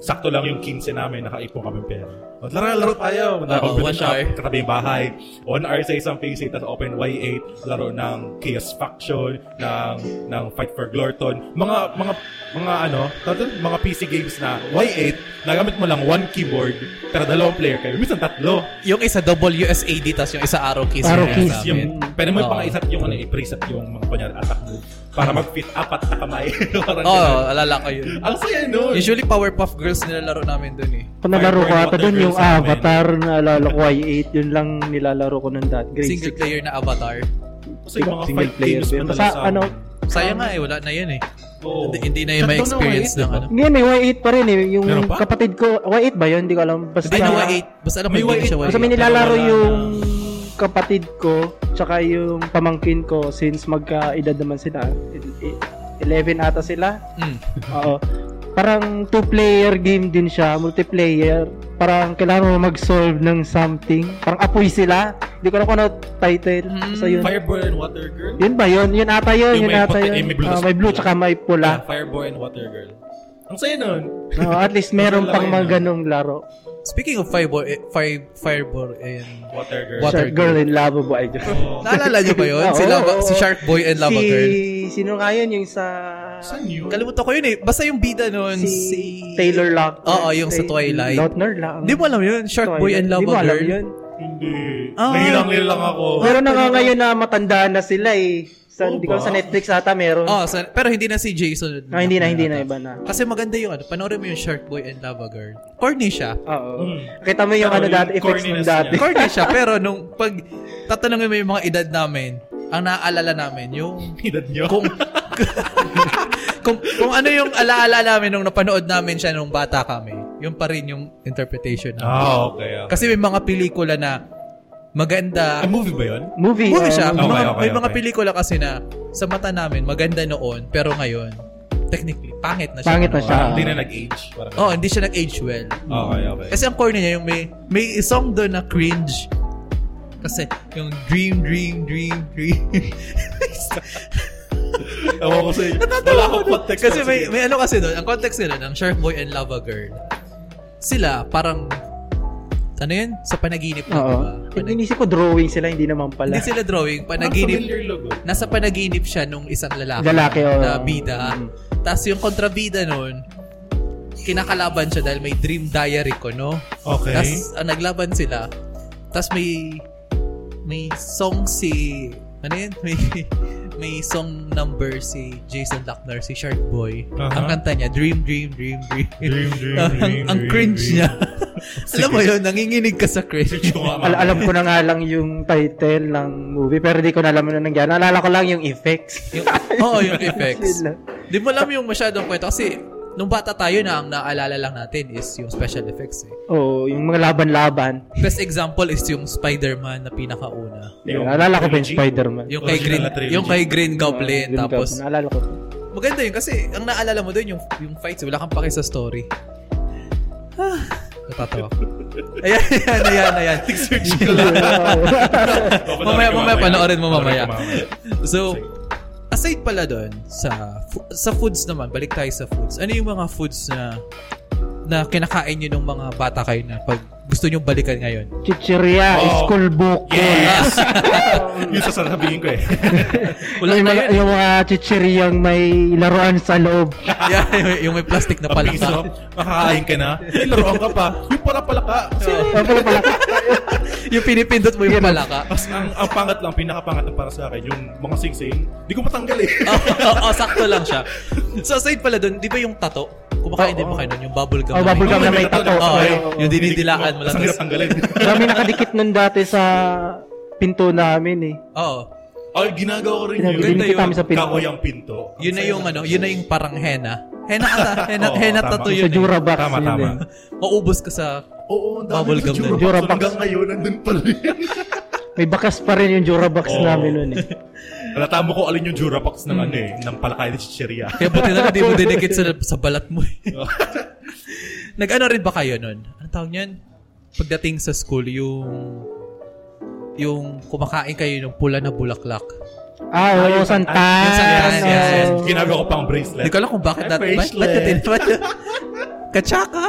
sakto lang yung 15 namin, nakaipon kami pera. O, laro na, laro tayo.
Ah, Oo, eh.
Nakakomputer
one hour.
shop, katabi yung bahay. One hour sa isang PC, tapos open Y8, laro ng Chaos Faction, ng, ng Fight for Glorton. Mga, mga, mga ano, tawag doon, mga PC games na Y8, nagamit mo lang one keyboard, pero dalawang player kayo. Minsan tatlo.
Yung isa WSAD, tas yung isa arrow keys.
Arrow
yung
keys.
nasa amin.
Yung, pwede mo
Oo.
ipangaisap yung, ano, i-preset yung mga kunyari attack move para mag-fit apat na kamay. Parang
Oo,
ganun.
alala ko yun.
Ang saya nun.
Usually, Powerpuff Girls nilalaro namin dun eh.
Kung nalaro ko
Fireborn
ata doon yung
Watergirls namin.
Avatar na alala ko Y8, yun lang nilalaro ko nun dati. Grade
Single player na avatar.
Kasi yung mga
Single
fight
player
games
din.
mo
Sa,
talaga sa
ano,
Sayang nga eh, wala na yun eh.
Oo.
Hindi, hindi na yung may
Shutdown ng
experience
Y8,
ng
diba?
ano.
Hindi, may Y8 pa rin eh. Yung
Meron pa?
kapatid ko, Y8 ba yun? Hindi ko alam. Basta,
Hindi na Y8. Basta alam mo,
May
hindi na
Y8.
siya
Basta may
Y8.
nilalaro
Wala na.
yung kapatid ko, tsaka yung pamangkin ko since magkaedad naman sila. I- i- 11 ata sila.
Mm.
Oo. Parang two-player game din siya, multiplayer. Parang kailangan mo mag-solve ng something. Parang apoy sila. Hindi ko alam kung ano title. Basta yun.
Fireball and Water Girl?
Yun ba yun? Yun ata yun.
Yung
Yun
may
ata
puti-
yun.
yung may blue Ah.
Ah,
tas
may blue
pula.
tsaka may
Yeah,
pula.
Fireball and Water Girl. Ang saya nun.
Oo, at least meron
Yun lang
pang
yun,
mga
ah.
ganong laro.
Speaking of fireball, eh, fire, fireball and...
Water Girl.
What- Water
Shark Girl and Lava Boy.
Naalala niyo ba yun?
Oh. Oo,
si, Lava,
oo, oo.
si Shark Boy and Lava
si...
oh, Girl.
Sino nga yun? Yung sa...
Saan yun?
Kalimutan ko yun eh. Basta yung bida nun,
Si,
si...
Taylor Lautner.
Oo, yung sa Twilight.
Lautner lang.
Hindi mo alam yun? Shark Boy and Lava
Di mo alam
Girl?
yun.
Hindi.
Ah.
Nahilang nilang ako.
Meron na nga ngayon na matanda na sila eh. Sa,
Oo
hindi ko
ba?
sa Netflix ata meron.
Oh, sa- pero hindi na si Jason.
Ah, hindi na, hindi na.
yata.
Iba na.
Kasi maganda yung ano, panoorin mo yung Shark Boy and Lava Girl. Corny siya.
Oo.
Mm.
Kita mo yung
Pero
ano
yung
dati, effects nung
corniness
dati.
niya.
Corny siya, pero nung pag tatanungin mo yung mga edad namin, ang naaalala namin yung
Edad niyo?
kung kung, kung ano yung alaala namin nung napanood namin siya nung bata kami. Yung pa rin yung interpretation namin.
Ah, okay. ah.
Kasi may mga pelikula na maganda.
A movie ba yun?
Movie. ah,
Movie
oo,
siya.
Okay,
mga,
okay,
may mga
okay.
pelikula kasi na sa mata namin maganda noon, pero ngayon technically pangit na siya.
Pangit na
ngayon.
siya.
Parang hindi na nag-age. Parang
Ah.
Ah,
Oh, hindi siya nag-age well.
Okay, okay.
Kasi ang corny niya yung may may isang doon na cringe. Kasi yung dream, dream, dream, dream.
Ewan ko sa'yo. Wala
Natatawa ko
akong
nun.
context.
Kasi
pero
may,
sige.
may ano kasi doon, ang context nila ng Shark Boy and Lava Girl. Sila parang ano yun? Sa panaginip na,
Oo.
diba?
Yung
Panag-
Inisip ko drawing sila, hindi naman pala.
hindi sila drawing,
Parang
panaginip.
familiar logo.
Nasa panaginip siya nung isang lalaki.
Lalaki, oo.
Na bida.
Mm.
Tapos yung kontrabida noon, kinakalaban siya dahil may dream diary ko, no?
Okay.
Tapos ah, naglaban sila. Tapos may may song si ano yun? May may song number si Jason Lackner, si Shark Boy.
Aha.
Ang kanta niya, Dream, Dream, Dream, Dream.
Uh-huh.
Ah,
Dream, dream,
ang,
dream,
ang
dream,
cringe
dream.
niya. Alam mo yun, nanginginig ka sa cringe.
Sige ko nga,
Al- alam ko na nga lang yung title ng movie, pero di ko na alam na nangyari. Naalala ko lang yung effects.
yung, oo, yung effects.
Sila.
Di mo alam yung masyadong kwento kasi nung bata tayo na ang naalala lang natin is yung special effects eh.
Oo, yung mga laban-laban.
Best example is yung Spider-Man na pinakauna.
Yung, naalala ko pa yung
trilogy.
Spider-Man.
Yung kay
Original
Green,
na trilogy.
yung kay Green Goblin
Green
tapos
Goblin, Naalala ko.
maganda yun kasi ang naalala mo doon yung yung fights wala kang pake sa story. Ah, natatawa ko. Ayan, ayan, ayan, ayan.
Search ko lang.
mamaya, mamaya, panoorin mo mamaya.
Panoorin ko
So, aside pala doon sa fu- sa foods naman, balik tayo sa foods. Ano yung mga foods na na kinakain niyo nung mga bata kayo na pag gusto niyo balikan ngayon?
Chichiria,
Oo.
Oh.
school book.
Yes! Yun sasabihin ko eh.
Wala
yung,
na
mga,
yun.
yung mga chichiriyang may laruan sa loob.
Yeah, yung- yung may plastic na
Papiso,
palaka.
makakain ka na. Eh, laruan ka pa. Yung para palaka.
Oh,
Ano pala pala?
yung pinipindot mo yung palaka.
Tapos ang, ang pangat lang, pinakapangat lang para sa akin, yung mga singsing, di ko matanggal eh.
Oo, oo, oo, sakto lang siya. So aside pala doon, di ba yung tato? Kumakain din ba kayo nun? Yung bubble gum.
Oh,
na may-
bubble gum na may tato.
Oo,
Okay.
yung- yung dinidilaan mo lang.
Tapos ang hirap
Tapos-
tanggalin.
Marami nakadikit nun dati sa pinto namin eh.
Oo.
Ay, ginagawa ko rin yun.
Ganda
Pinagdinikit
yun.
namin sa pinto.
Kakoy ang pinto. Ang
Yun na
saya
yung
lang.
ano, yun na yung parang henna. Henna ata, henna,
Oo,
henna
tama.
tato
Sa
yun. eh.
Jura Box.
Tama,
yun
tama.
eh.
Maubos ka sa...
Oo, ang dami
Bubble
sa
gum na
Jura
yun.
Jura
Box. So,
Box.
Hanggang ngayon, nandun pa rin.
May bakas pa rin yung Jurabox
Oh.
Oo.
namin nun eh.
Halata mo kung alin yung Jurabox
Hmm.
ng ano eh, ng palakay ni Chicheria.
Kaya buti na lang di mo dinikit sa, sa balat mo. eh. Nag-ano rin ba kayo nun? Ano tawag niyan? Pagdating sa school, yung yung kumakain kayo ng pula na bulaklak.
Ah, oo,
yung
santan. Oh.
Yung santan,
oo.
yes, yes.
Ginagawa ko pang bracelet.
Hindi ko alam kung bakit
Ay,
nat- ba't,
bracelet.
ba't natin, ba't, kachaka!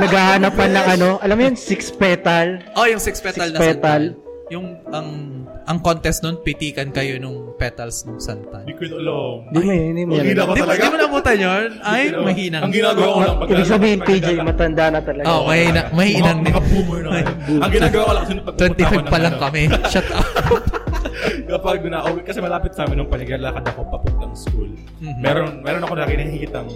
Naghahanap pa ng ano, alam mo yun, six petal.
oh, yung six petal
Six
na santan.
petal.
Yung, ang, ang contest nun, pitikan kayo nung petals ng
Hindi
santan.
ko yun alam.
Hindi mo yun, hindi mo
Ang
yun.
gila ko
Di,
talaga.
di mo nabutan yun? Ay,
Hindi ko alam.
mahina.
Ang ginagawa ko lang pag
Ibig sabihin, PJ, matanda na talaga.
Oh, mahina. Mahina.
Mga- mga boomer na kayo. Ang ginagawa ko lang kasi pag pupunta ako
25 pa
ng
lang
ano,
kami. Shut up.
Kapag na-uwi, kasi malapit sa amin nung panaglalakad ako papuntang school.
Mm-hmm.
Meron meron ako nakinahihitang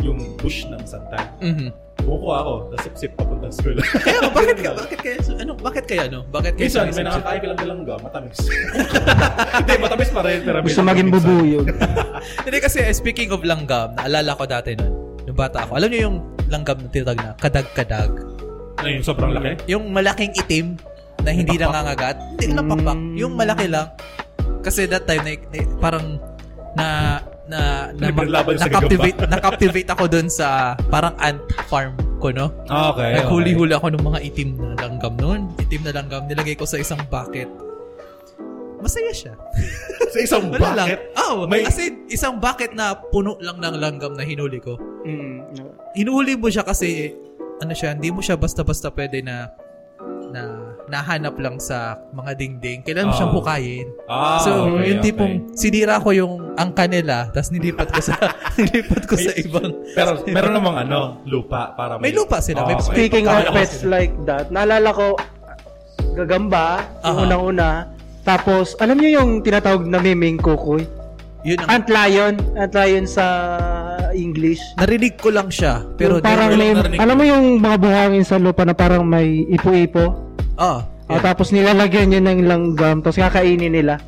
yung bush ng santan.
Mhm.
Buko ako, tapos sip-sip papuntang school.
Kaya nga, bakit, ka- bakit kaya, ano, bakit kaya, ano? Bakit kaya
Minsan, may
sumisip-
nakakain ka lang bilangga, matamis. Hindi, matamis pa rin. Pero may
Gusto
nakakain
maging
minsan.
bubuyog.
Hindi kasi, eh, speaking of langgam, naalala ko dati nun, nung bata ako. Alam niyo yung langgam na tinatag na kadag-kadag?
Ano yun, sobrang laki?
Yung malaking itim na hindi nangangagat. Hindi lang pakpak. Yung malaki lang. Kasi that time, na, na- parang na na na,
Naglaban sa
captivate na captivate ako doon sa parang ant farm ko no.
Ah, Okay.
Naghuli-huli ako ng mga itim na langgam noon. Itim na langgam nilagay ko sa isang bucket. Masaya siya.
Sa isang
Wala lang.
bucket.
Oh,
May-
kasi isang bucket na puno lang ng langgam na hinuli ko.
Mm.
Hinuli mo siya kasi ano siya, hindi mo siya basta-basta pwede na na nahanap lang sa mga dingding. Kailan mo
Ah.
siyang hukayin.
Ah,
so,
okay,
yung tipong sinira ko yung angka nila, tapos nilipat ko sa nilipat ko sa
May-
ibang
okay. Pero meron namang ano, lupa para Ah,
May lupa sila, may-
okay.
Speaking of
Kaya ko
pets
sila.
like that, naalala ko, gagamba, yung
Aha.
unang-una. Tapos, alam niyo yung tinatawag na miming kukoy?
yun ang
Ant lion. Ant lion sa English.
narinig ko lang siya, pero
Yung parang
ko lang
may,
narinig.
alam mo yung mga buhangin sa lupa na parang may ipo-ipo?
ah,
Ah, tapos nilalagyan yun ng langgam, tapos kakainin nila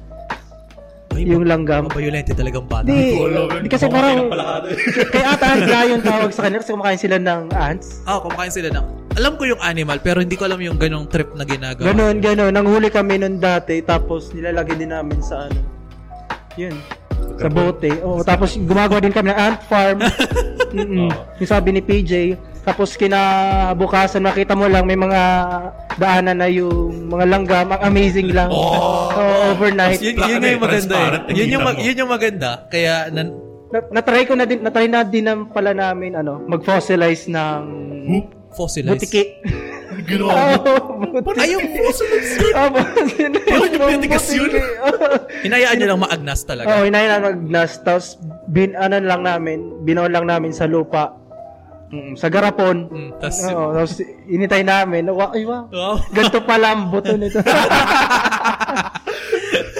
Ay,
yung langgam.
violent talagang bata.
Hindi,
Wala,
hindi kasi
mukhang
parang,
pinapalakad.
kaya ata ant lion tawag sa kanila kasi kumakain sila ng ants.
Ah, kumakain sila ng alam ko yung animal, pero hindi ko alam yung ganong trip na ginagawa.
Ganon, ganon. Nanghuli kami nun dati, tapos nilalagay din namin sa ano. Yun. Sa bote. Oo, tapos gumagawa din kami ng ant farm. Mm-mm. Yung sabi ni PJ. Tapos kinabukasan, makita mo lang, may mga daanan na yung mga langgam. Ang amazing lang.
Oh!
Oo, overnight.
Yun,
Black
yun
and
yung maganda eh.
transparent,
Yun yung,
tingnan
mag-
mo.
yun yung maganda. Kaya, nan,
na- natry ko na din, natry na din ng pala namin, ano, mag-fossilize ng
Hoop.
fossilized.
butiki.
Ginawa mo.
Oo, buti.
Ay, yung fossilized.
Tama,
Bakit yung pinitigas yun?
eh.
Hinayaan nyo lang maagnas
Oo, oh,
talaga.
inayin na mag-nas, tapos bin, ano lang namin, binaon lang namin sa lupa. Mm, sa garapon.
Mm, tas-
Oo, tapos inintay namin. Wa- Ay, wow.
Wow.
Ganito pala ang buto nito.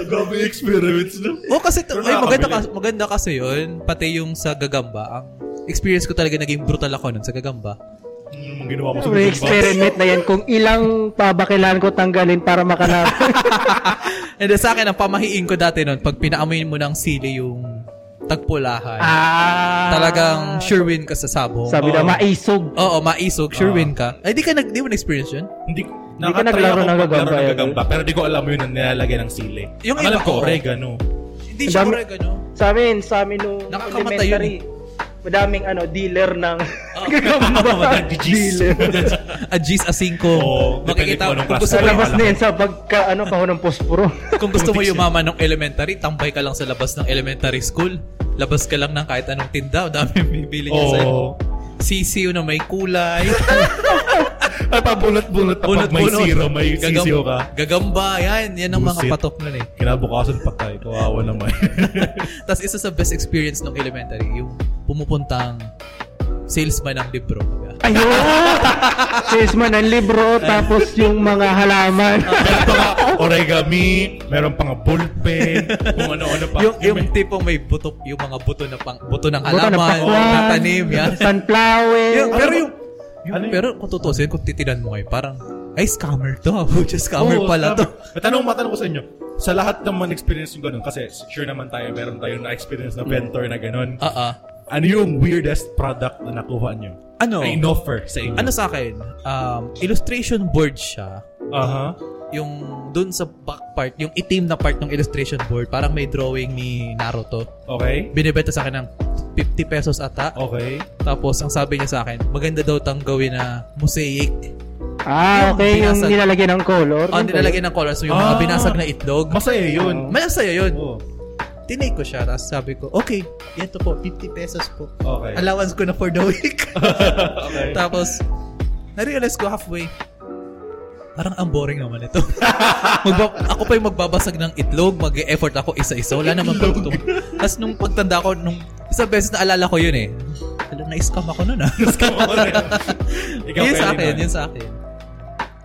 Grabe yung experiments na.
Oh, kasi, to,
Pero
ay, maganda,
nakakabilib.
kas- maganda kasi yun. Pati yung sa gagamba. Ang experience ko talaga naging brutal ako nun sa gagamba.
Yung mga ginawa ko sa
May
Google Box.
experiment na yan kung ilang pa ba kailangan ko tanggalin para makanap.
And then, sa akin, ang pamahiin ko dati nun, pag pinaamoyin mo ng sili yung tagpulahan,
ah,
talagang sure win ka sa sabong.
Sabi na, maisog.
Oo, Ah. maisog, sure win ka. Ay, di ka nag, di mo na-experience yun?
Hindi ko.
ka
nakatry
naglaro
akong
ng
maglaro
gagamba,
ng
eh.
gagamba, Pero di ko alam yun ang nilalagay ng sili.
Yung
Ang
iba
alam ko,
ko.
oregano.
Hindi siya
Madami-
correct, ano?
Sa amin, sa amin nung
Nakakamatay
elementary, madaming ano, dealer ng
Ano Madaming GGs.
dealer.
A G's, a 5.
Oo, depende
Makikita
kung anong
kung
klase
gusto
sa
mo,
ng laban.
labas na yan sa pagka, ano, kahon ng posporo.
kung gusto mo umaman ng elementary, tambay ka lang sa labas ng elementary school. Labas ka lang ng kahit anong tinda. Ang dami bibili niya sa'yo.
Oo.
Sisiyo na may kulay.
Ay, pabunot-bunot na pag may
punot-punot.
zero, may
Gagam-
sisiyo ka.
Gagamba, yan. Yan ang mga
Busit.
patok nun eh.
Kinabukasan patay, kawawa naman.
Tapos isa sa best experience ng elementary, yung pumupuntang salesman ng libro.
Ayun! Salesman ng libro, tapos yung mga halaman.
meron pa nga origami, meron pa nga ballpen, kung ano-ano pa.
yung, yung tipong may buto, yung mga buto na pang, buto ng
Buto ng
halaman,
pakwan,
tatanim, yan.
Sunflower.
Yung- pero
ba-
yung, yung-
ano yun?
pero kung tutusin, kung titinan mo ngayon, parang, ay, scammer to. Pucha, scammer
Oo,
pala to.
tama. Matanong, matanong ko sa inyo, sa lahat ng mga experience yung ganun, kasi sure naman tayo, meron tayong na-experience na mentor na ganun.
Ah, ah.
Ano yung weirdest product na nakuha nyo?
Ano?
Ay, in-offer sa inyo.
Ano sa akin? Um, illustration board siya.
Aha.
yung dun sa back part, yung itim na part ng illustration board, parang may drawing ni Naruto.
Okay?
Binibenta sa akin ng 50 pesos ata.
Okay?
Tapos ang sabi niya sa akin, maganda daw tang gawin na mosaic.
Ah,
Yung
okay. Yung
binasag-
nilalagyan ng color.
Ang nilalagay ng colors, so yung mga
Ah.
binasag na itlog.
Masaya yun.
Masaya yun.
Oo.
Tinay ko siya, tapos sabi ko, okay, ito po, 50 pesos po.
Okay.
Allowance ko na for the week.
okay.
Tapos, narealize ko halfway, parang ang boring naman ito. Magba- ako pa yung magbabasag ng itlog, mag-effort ako isa-isa, wala naman produkto. Tapos nung pagtanda ko, nung isang beses naalala ko yun eh, alam, na-scam ako nun ah.
Come on. Ikaw,
yun sa
Kelly,
akin,
man.
yun sa akin.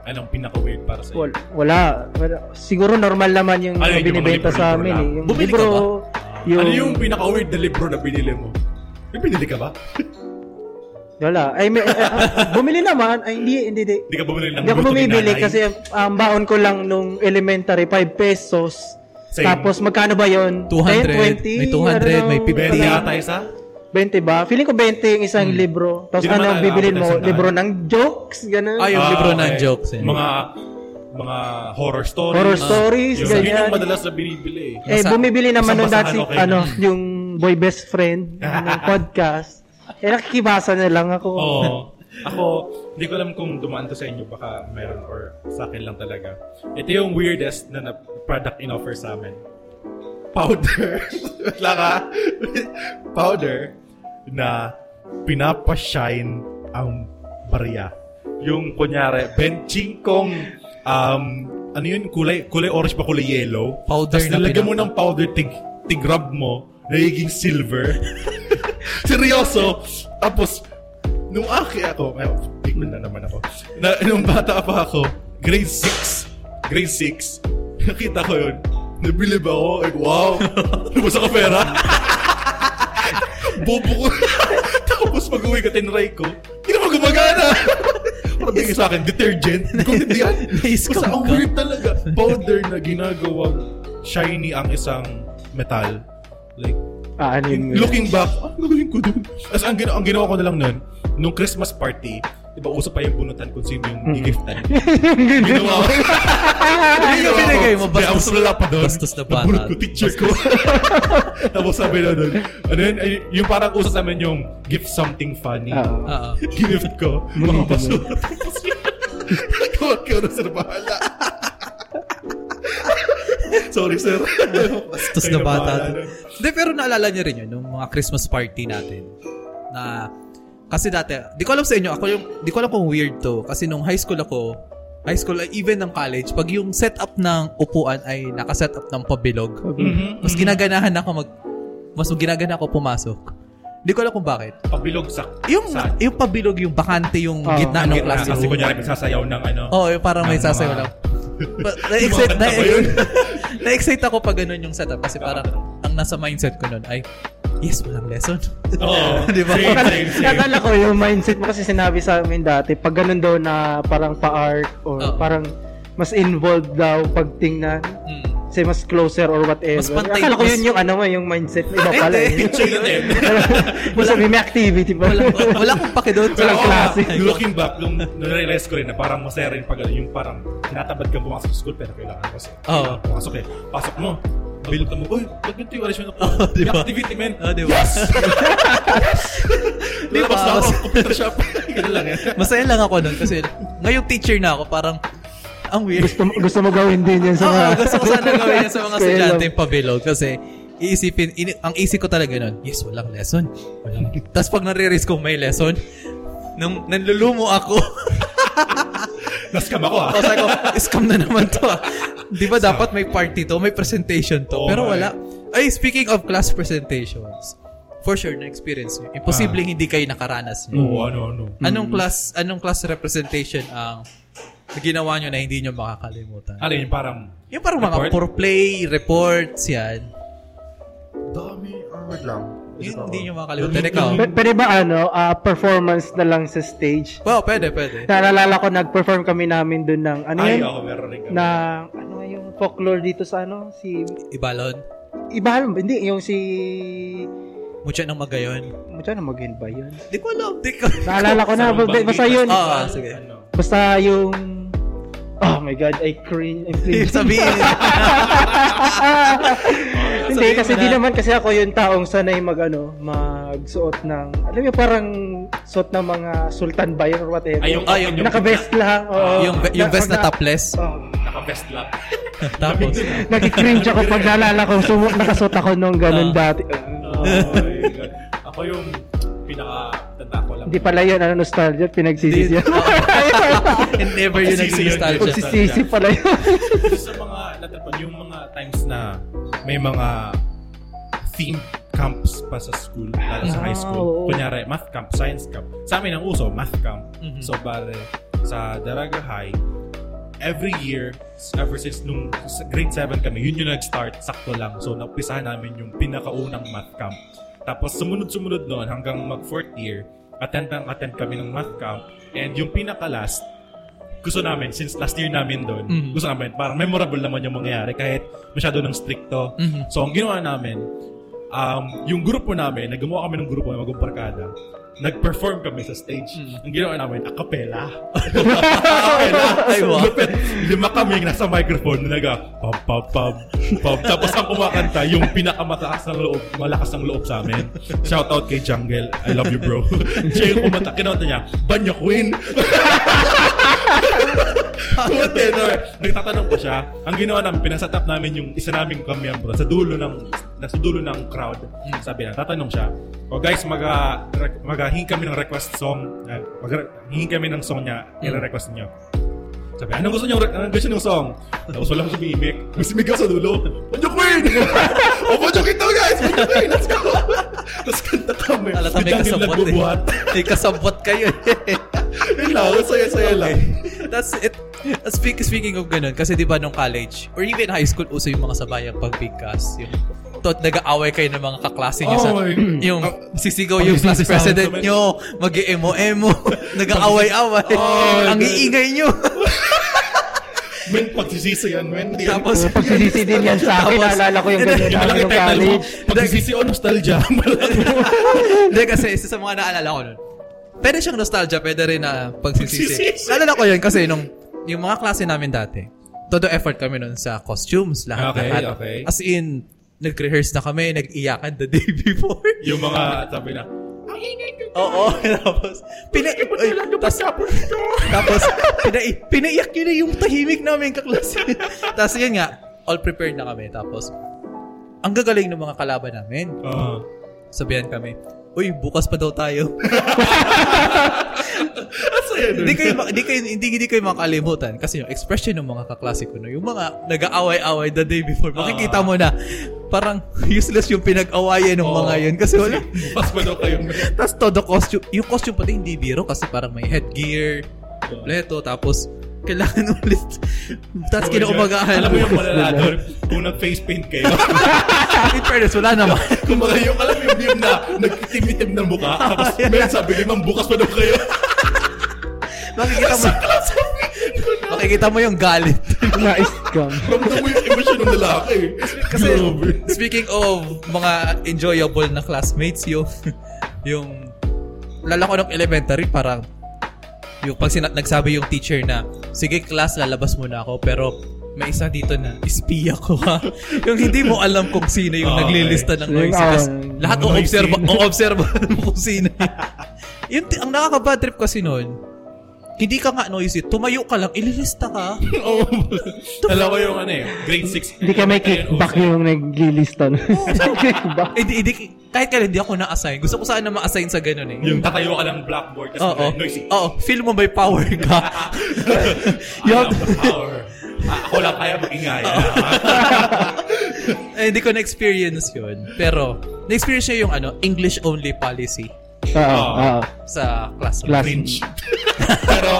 Anong pinaka-weird para sa'yo?
Wal- Wala. Wala. Siguro normal naman yung
Ano yun, yung mga
binibenta
libro-libro
sa amin
lang?
eh. Yung
Bumili ka
libro,
ba?
yung...
Ano yung pinaka-weird na libro na binili mo? May binili ka ba?
Wala. Ay, may, eh, ah, bumili naman. Ay, hindi, hindi, hindi.
Hindi ka bumili ng
Hindi ako
luto ni
bumibili
nanay?
kasi ang baon ko lang nung elementary, 5 pesos.
Same.
Tapos magkano ba yun?
200,
10, 20,
may 200, may
20
Wala.
yata isa?
20 ba? Feeling ko 20 yung isang
Hmm.
libro. Tapos
Hindi naman
ano,
alam
bibilin
ako
mo?
kung saan
Libro ng jokes? Ganun.
Ay, Yung
Ah,
libro ng jokes, eh.
Mga mga horror stories.
Horror stories,
yun.
ganyan.
Yun yung madalas na binibili. eh.
eh,
Basa-
bumibili naman nun
basahan,
dati,
okay.
ano, yung boy best friend ng podcast. Eh, nakikibasa na lang ako.
Oo. Ako, hindi ko alam kung dumaan to sa inyo. Baka meron or sa akin lang talaga. Ito yung weirdest na, na product in-offer sa amin. Powder. Wala ka. Powder na pinapashine ang barya. Yung kunyari, benchingkong um, ano yun, kulay, kulay orange pa kulay yellow.
Powder
Tapos
na
nalagyan mo
pinapa-
ng powder tig, tigrab mo, nagiging silver. Seryoso. Tapos, nung aki ako, ay, tignan na naman ako. Na, nung bata pa ako, grade 6, grade 6, nakita ko yun. Nabili ba ako? Ay, wow! Lubos ako pera. Bobo ko. Tapos pag-uwi ko, tinry ko. Hindi naman gumagana. Parang bigay sa akin, detergent. Kundi yan.
Na-scam
Basta ang
ka.
weird talaga. Powder na ginagawang shiny ang isang metal. Like,
Ah, ano yun?
Looking back, ang gagawin ko dun? As ang, gina- ang ginawa ko na lang nun, nung Christmas party, di ba uso pa yung bunutan kung sino yung gigiftan. ginawa ko.
Ay, yung binigay mo,
Hindi, ako
bastos,
sumala pa doon.
bastos na bata.
Nabulot ko teacher ko. Tapos sabi na doon, ano yun, ay, yung parang uso sa amin yung gift something funny.
Ah.
Oo.
Oo.
Ginift ko, mga basura. Tapos yun, nagawa ko na sir, bahala. Sorry sir.
Bastos na bata. Hindi, pero naalala niyo rin yun, nung mga Christmas party natin. Na, kasi dati, di ko alam sa inyo, ako yung, di ko alam kung weird to. Kasi nung high school ako, high school, even ng college, pag yung setup ng upuan ay nakasetup ng pabilog,
Mm-hmm.
mas ginaganahan ako mag, mas ginaganahan ako pumasok. Di ko alam kung bakit.
Pabilog sa...
Yung,
sa-
yung pabilog, yung bakante, yung
Oo.
gitna ng klase.
Ah, Kasi kunyari, magsasayaw ng ano.
Oo, oh, parang may
Ang
sasayaw
mga-
lang. But, na-excite,
Mga kanta ba yun?
na-excite, na-excite ako pag ganun yung setup kasi parang ang nasa mindset ko nun ay, yes, walang lesson.
Oo.
Di ba?
Same, same, same.
Nakala ko yung mindset mo kasi sinabi sa amin dati, pag ganun daw na parang pa-art or
Oo.
parang mas involved daw pag tingnan.
Mm.
Kasi mas closer or whatever.
Mas pantay-
Akala ko
mas-
yun yung ano mo, yung mindset mo. Iba pala
Hindi.
eh.
Chill na eh.
Basta may may activity pa.
Wala, wala akong pake doon.
Pero
Walang
ako,
klase.
Looking back, nung narealize ko rin na parang masaya rin pag ano, yung parang tinatabad kang pumasok sa school pero kailangan ko kasi.
Oo.
Pumasok eh. Pasok mo. Build mo. Uy, ba't ganito yung arrangement ako?
Oo, di ba?
May activity man.
Oh, di ba?
Hindi ba? Basta ako, computer shop. Ganun lang eh. yan.
Masaya lang ako nun kasi ngayong teacher na ako, parang ang weird.
gusto, mo, gusto mo gawin din yan sa
Oo,
mga...
gusto ko sana gawin yan sa mga
Kaya
estudyante
lang.
yung pabilog kasi iisipin, ini- ang isip ko talaga nun, yes, walang lesson. Walang. Tapos pag nare-raise kong may lesson, nung nanlulumo ako,
Nascam ako ah.
Tapos ako, "Eh, scam na naman to. ah. Di ba dapat may party to, may presentation to,
Oo
pero
nga eh.
wala. Ay, speaking of class presentations, for sure, na-experience nyo. Imposibleng hindi kayo nakaranas nyo.
Ah. Oo, ano, ano.
Anong class, anong class representation ang ginawa nyo na hindi nyo makakalimutan?
Ano yun, parang
Yung parang mga
Report?
for play, reports, yan.
Dami. Ah, wait lang. Isip
Yun,
ako.
hindi nyo makakalimutan. Ikaw?
P- pwede ba ano, ah, performance na lang sa stage?
Wow, pwede, pwede.
Naalala ko, nag-perform kami namin dun ng, ano yun?
ay, ako meron rin kami.
Na, ano nga yung folklore dito sa ano? Si,
Ibalon.
iba, hindi, yung si...
Mucha ng magayon.
Masyado mag-end ba yun?
Di ko alam. Di ko.
Naalala ko na,
Sarong
basta
banggi,
basta yun.
Ah, sige.
Ano?
Basta yung
Oh my God, I cringe. I cringe.
Sabihin.
Hindi,
Sabihin
kasi
mo
di
na.
naman kasi ako yung taong sanay mag, ano, magsuot ng, alam mo parang suot ng mga sultan bayan or whatever.
Ay, yung-
Ah, yung-
Naka-vest lang. oo.
yung, yung vest na
pag
topless.
Oh,
Naka-best lap.
Tapos,
nag-cringe ako pag naalala ko, sumu- nakasuot ako nung ganun
Ah.
dati.
Oh my God. Ako yung pinaka-tanda ko lang.
Hindi pala yun, ano, nostalgia, pinagsisisi.
Hindi. and never yun
Pagsisisi yun.
nag-nostalgia.
Pagsisisi pala yun.
sa mga natrapon, yung mga times na may mga themed camps pa sa school, lalo sa
Ah, oo.
high school. Kunyari, math camp, science camp. Sa amin ang uso, math camp.
Mhm.
Mm-hmm.
So, bale, sa Daraga High, every year, ever since nung sa grade 7 kami, yun yung nag-start, sakto lang. So, napisahan namin yung pinakaunang math camp. Tapos, sumunod-sumunod noon hanggang mag-fourth year, attend ang attend kami ng math camp. And yung pinaka-last, gusto namin, since last year namin doon,
Mhm.
gusto namin, parang memorable naman yung mangyayari kahit masyado ng stricto.
Mhm.
So, ang ginawa namin, um, yung grupo namin, naggumawa kami ng grupo na magumparkada, nag-perform kami sa stage.
Mm-hmm.
Ang ginawa namin, a cappella. acapella.
Ay, wow.
Lupit. Lima kami nasa microphone na naga, pam, pam, pam, pam. Tapos ang kumakanta, yung pinakamataas ng loob, malakas ng loob sa amin. Shout out kay Jungle. I love you, bro. Siya yung kumanta. Kinanta niya, Banyo Queen. Yung tenor, nagtatanong ko siya, ang ginawa namin, pinasat up namin yung isa naming kamiyembro sa dulo ng nasa dulo ng crowd. Sabi na, tatanong siya, o guys, mag maghahingi kami ng request song. Ah, Maghahingi kami ng song niya,
Hmm.
i-request niyo. Sabi, anong gusto niyo, anong gusto niyo song? Tapos walang sumimik. May sumigaw sa dulo. Banjo Queen! o, Banjo Queen daw, guys! Banjo Queen, let's go! Tapos kanta kami.
Alata may
Biglang
kasabot eh.
nagbubuhat.
May kasabot kayo eh.
Yun lang, saya-saya lang.
That's it. Speak, speaking of ganun, kasi di ba nung college, or even high school, uso yung mga sabayang pagbigkas. Yung to, nag-aaway kayo ng mga kaklase niyo sa...
Oh my-
yung
Ah,
sisigaw yung class
pagsisisahan
president
kami.
niyo, mag emo emo nag-aaway-away.
Oh,
ang
God.
iingay niyo.
Men, pagsisisi yan, men. Di yan
Tapos,
Pagsisisi din yan sa akin,
Tapos-
naalala ko yung ganun
Yung
namin
malaki ano?
nung
title mo,
college.
Pagsisisi o Nostalgia. Malaki.
Hindi kasi, isa sa mga naalala ko nun, pwede siyang nostalgia, pede rin na pagsisisi.
Pagsisisi.
Naalala ko yun kasi nung, yung mga klase namin dati, todo effort kami nun sa costumes, lahat.
Okay,
lahat.
okay.
As in, nag-rehearse na kami, nag-iyakan the day before.
yung mga sabi na,
Oo, tapos, pina- ay, tas, tapos, pina- pinaiyak yun na yung tahimik namin kaklase. tapos yun nga, all prepared na kami. Tapos, ang gagaling ng mga kalaban namin.
ah,
Sabihan kami, Uy, bukas pa daw tayo. Hindi kayo, ma- hindi kayo, hindi, hindi kayo makalimutan kasi yung expression ng mga kaklase ko, no, yung mga nag-aaway-away the day before, makikita mo na parang useless yung pinag-awayan ng
Oo.
mga yun kasi wala.
bukas pa daw kayo.
Tapos todo costume, yung costume pati hindi biro kasi parang may headgear, kompleto, tapos kailangan ulit. Tapos kinukumagahan.
Alam mo yung malala doon, kung nag-face paint kayo.
In fairness, wala naman.
Kung mga yung, alam mo yung meme na, nagtitimitim ng mukha, tapos men, sabi ni ma'am, bukas pa daw kayo.
makikita mo, makikita mo yung galit.
Na-scam.
Ramdam mo yung emosyon ng lalaki.
Kasi
Grabe.
speaking of mga enjoyable na classmates, yung yung lala ko nung elementary parang yung pag sina- nagsabi yung teacher na sige class lalabas muna ako pero may isa dito na ispiya ko ha. yung hindi mo alam kung sino yung
Okay.
naglilista ng
So, yung,
noisy kasi
um,
lahat o
noisy.
observe o observe mo kung sino. yun ti- ang nakaka trip kasi noon. Hindi ka nga noisy, tumayo ka lang, ililista ka.
Oo. Alam mo yung ano eh, grade 6.
Hindi ka may kickback yung naglilista. kickback.
Eh, di, di, kahit kailan hindi ako na-assign. Gusto ko sana ma-assign sa ganun eh.
Yung tatayo ka ng blackboard, tapos
Oo.
noisy.
Oo. Feel mo may power ka.
I have the power. Ah, ako lang kaya mag-ingay. Ah,
eh, hindi ko na-experience yun. Pero, na-experience niya yung ano, English-only policy
Oo, oo.
sa classroom.
Class.
ah, Cringe. Pero,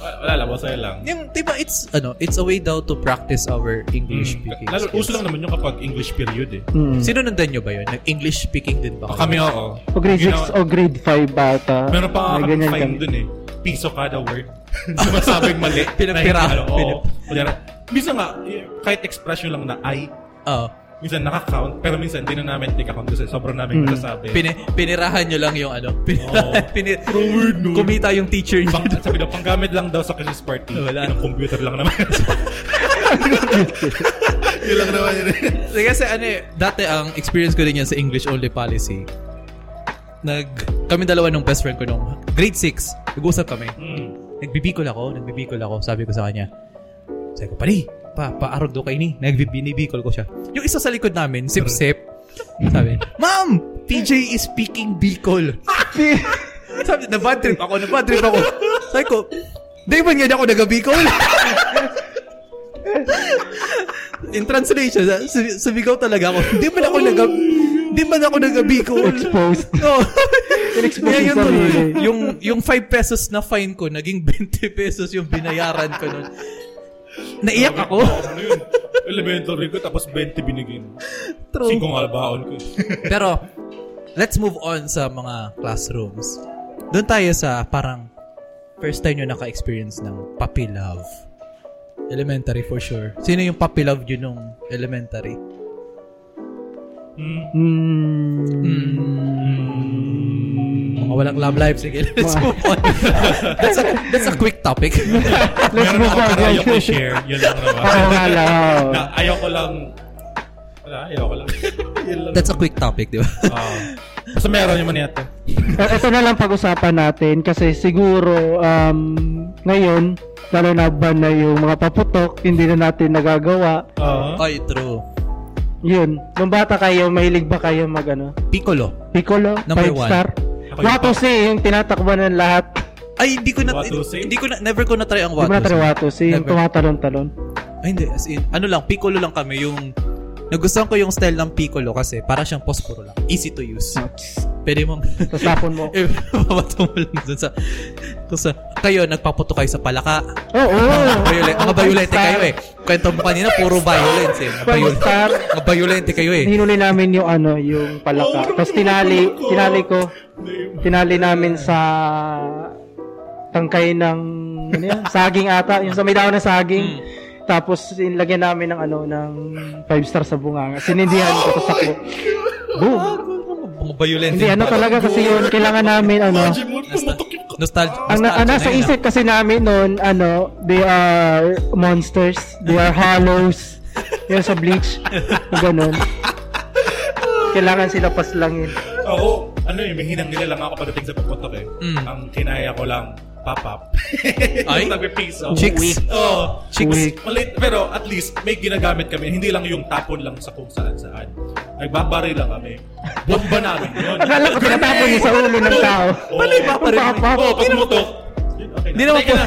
wala lang, masaya lang.
Yung, di ba, it's, ano, it's a way daw to practice our English speaking
Hmm. Lalo,
skills.
uso lang naman yung kapag English period eh.
Mm.
Sinundan nyo ba yun? Nag-English speaking din ba?
Ah,
kayo?
Kami ako.
O grade
You
6 o
know,
grade 5 bata.
Meron pa nga
oh. May
kami
ganyan
fine
kami.
dun eh. Piso kada word. Sumasabing mali.
Pinapira.
Nahihalo, Oo.
Pinap-
Kunyari, Bisa nga, eh, kahit expression lang na I,
Oo.
minsan nakaka-count, pero minsan hindi na namin tika-count kasi sobrang
Mm.
namin nasasabi.
Pini- pinirahan nyo lang yung ano. Pinirahan, pinir- Kumita yung teacher niyo.
Pang, sabi daw, panggamit lang daw sa Christmas party. Wala. Ng computer lang naman. Yun lang naman yun.
kasi ano eh, dati ang experience ko din yan sa English only policy. Nag, kami dalawa nung best friend ko nung grade 6. Nag-usap kami.
Mm.
Nagbibikol ako, nagbibikol ako. Sabi ko sa kanya, sabi ko, pari, pa, paarog do kay ni. Nagbibinibikol ko siya. Yung isa sa likod namin, sip-sip. Sabi, Ma'am, PJ is speaking Bicol. sabi, na-bad trip ako, na-bad trip ako. Sabi ko, di ba nga ako naga-Bicol? In translation, sa- su- sumigaw talaga ako. Di ba ako naga... Di ba ako naga-Bicol?
Exposed.
No.
Inexpose
Kaya yun
yung
tuloy.
sarili.
yung, yung 5 pesos na fine ko, naging 20 pesos yung binayaran ko nun. Naiyak ako.
Ano yun? Elementary ko, tapos 20 binigay mo.
Oh.
True.
Singkong alabaon ko. eh.
Pero, let's move on sa mga classrooms. Doon tayo sa parang first time nyo naka-experience ng puppy love. Elementary for sure. Sino yung puppy love yun nung elementary? Hmm. Mga walang love life. Sige, let's move on. that's, a, that's a quick topic.
Let's
Meron
move
ako,
on.
pero ayoko i-share. Yun lang naman.
Oo nga lang. oo.
Na, ayoko lang. Wala, ayoko lang. Yun lang.
that's a quick topic, di ba?
Ah. Basta meron yung maniato.
Eh, Ito na lang pag-usapan natin kasi siguro um, ngayon, lalo na ba na yung mga paputok, hindi na natin nagagawa.
Oo.
Ay, true.
Yun. Nung bata kayo, mahilig ba kayo mag ano?
Piccolo.
Piccolo?
Number
five
one.
star?
Ako yung
Watusi, yung tinatakban ng lahat.
Ay, hindi ko na,
Watusi?
hindi ko na, never ko na try ang
Di ba natin
Watusi.
Watusi? Yung
Never.
tumatalon-talon.
Ay, hindi. As in, ano lang, Piccolo lang kami. Yung, nagustuhan ko yung style ng Piccolo kasi para siyang posporo lang. Easy to use. Pwede mong,
Tapos lapon mo.
eh, papato mo lang dun sa, dun sa, kayo, nagpaputo kayo sa palaka.
Oo!
Mga violent, mga violente
Five
kayo eh. Kwento mo kanina, puro violence eh. Mga viol-
star.
Mga violente kayo eh.
Hinuli namin yung ano, yung palaka. Tapos tinali, tinali ko. Tinali namin sa tangkay ng ano yan, saging ata, yung sa may daon ng saging. Tapos inlagyan namin ng ano ng 5 star sa bunganga. Sinindihan ko tapos ako. Boom.
Mga violente.
Hindi ano talaga kasi yun kailangan namin ano.
Nostalgia. ah.
Ang, na- ang nasa isip kasi namin noon ano, they are monsters, they are hollows. Yung sa bleach, yung ganun. Kailangan sila paslangin.
Ako, ano eh, may hinang nila lang ako pagdating sa pagpunta ko eh. Ang kinaya ko lang, pop-up.
Hmm. Ay?
Nagpipiso.
Chicks.
Oo.
Chicks.
Malit, pero at least may ginagamit kami. Hindi lang yung tapon lang sa kung saan saan. Nagbabari lang kami. Bomba namin yun.
Akala ko tinatapon niya sa ulo ng tao.
Mali ba
pa rin?
Oo, pag tumutok. yun, Okay
Di naman
Teka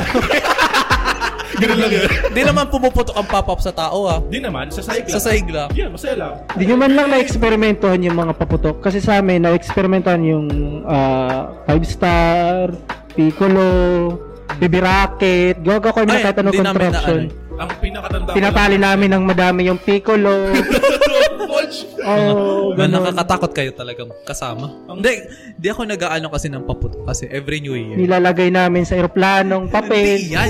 Ganun lang yun.
Hindi naman pumuputok ang pop-up sa tao ah.
Di naman, sa sahig lang.
Sa sahig lang.
Yeah, masaya lang.
Hindi nyo man lang na-experimentohan yung mga paputok. Kasi sa amin, na-experimentohan yung 5 star, piccolo, baby rocket. Gawa ko yung mga
Ay,
kahit anong
di namin eh.
contraption.
na
Ang pinakatanda ko lang.
Tinatali namin ng madami yung piccolo. oh,
Man,
ganun.
nakakatakot kayo talagang kasama. Hindi, hindi ako nag-aano kasi ng paputok kasi every New Year.
Nilalagay namin sa eroplanong
Hindi
papel.
yan.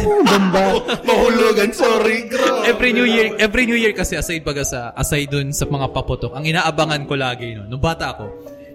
Mahulugan, sorry, girl.
every New Year, every New Year kasi aside baga sa aside dun sa mga paputok, ang inaabangan ko lagi no, nung bata ako,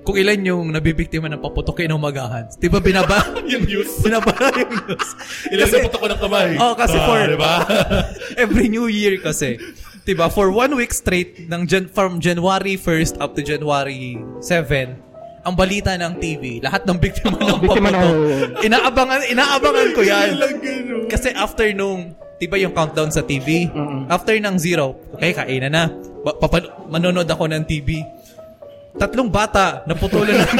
kung ilan yung nabibiktima ng paputok inumagahan. Di ba binaba?
Yung news.
binabara yung news.
Ilan na ko ng kamay.
Oh, kasi
Ah,
for
diba?
every New Year kasi, 'di ba? For one week straight ng Jan- from January 1st up to January 7, ang balita ng TV, lahat ng biktima ng
Oh, biktima
paputok.
ng-
Inaabangan, inaabangan ko 'yan.
Ilang ganun.
Kasi after nung, 'di ba yung countdown sa TV? After ng zero, okay, kainan na. Ba- papan- manonood ako ng TV. Tatlong bata naputulan ng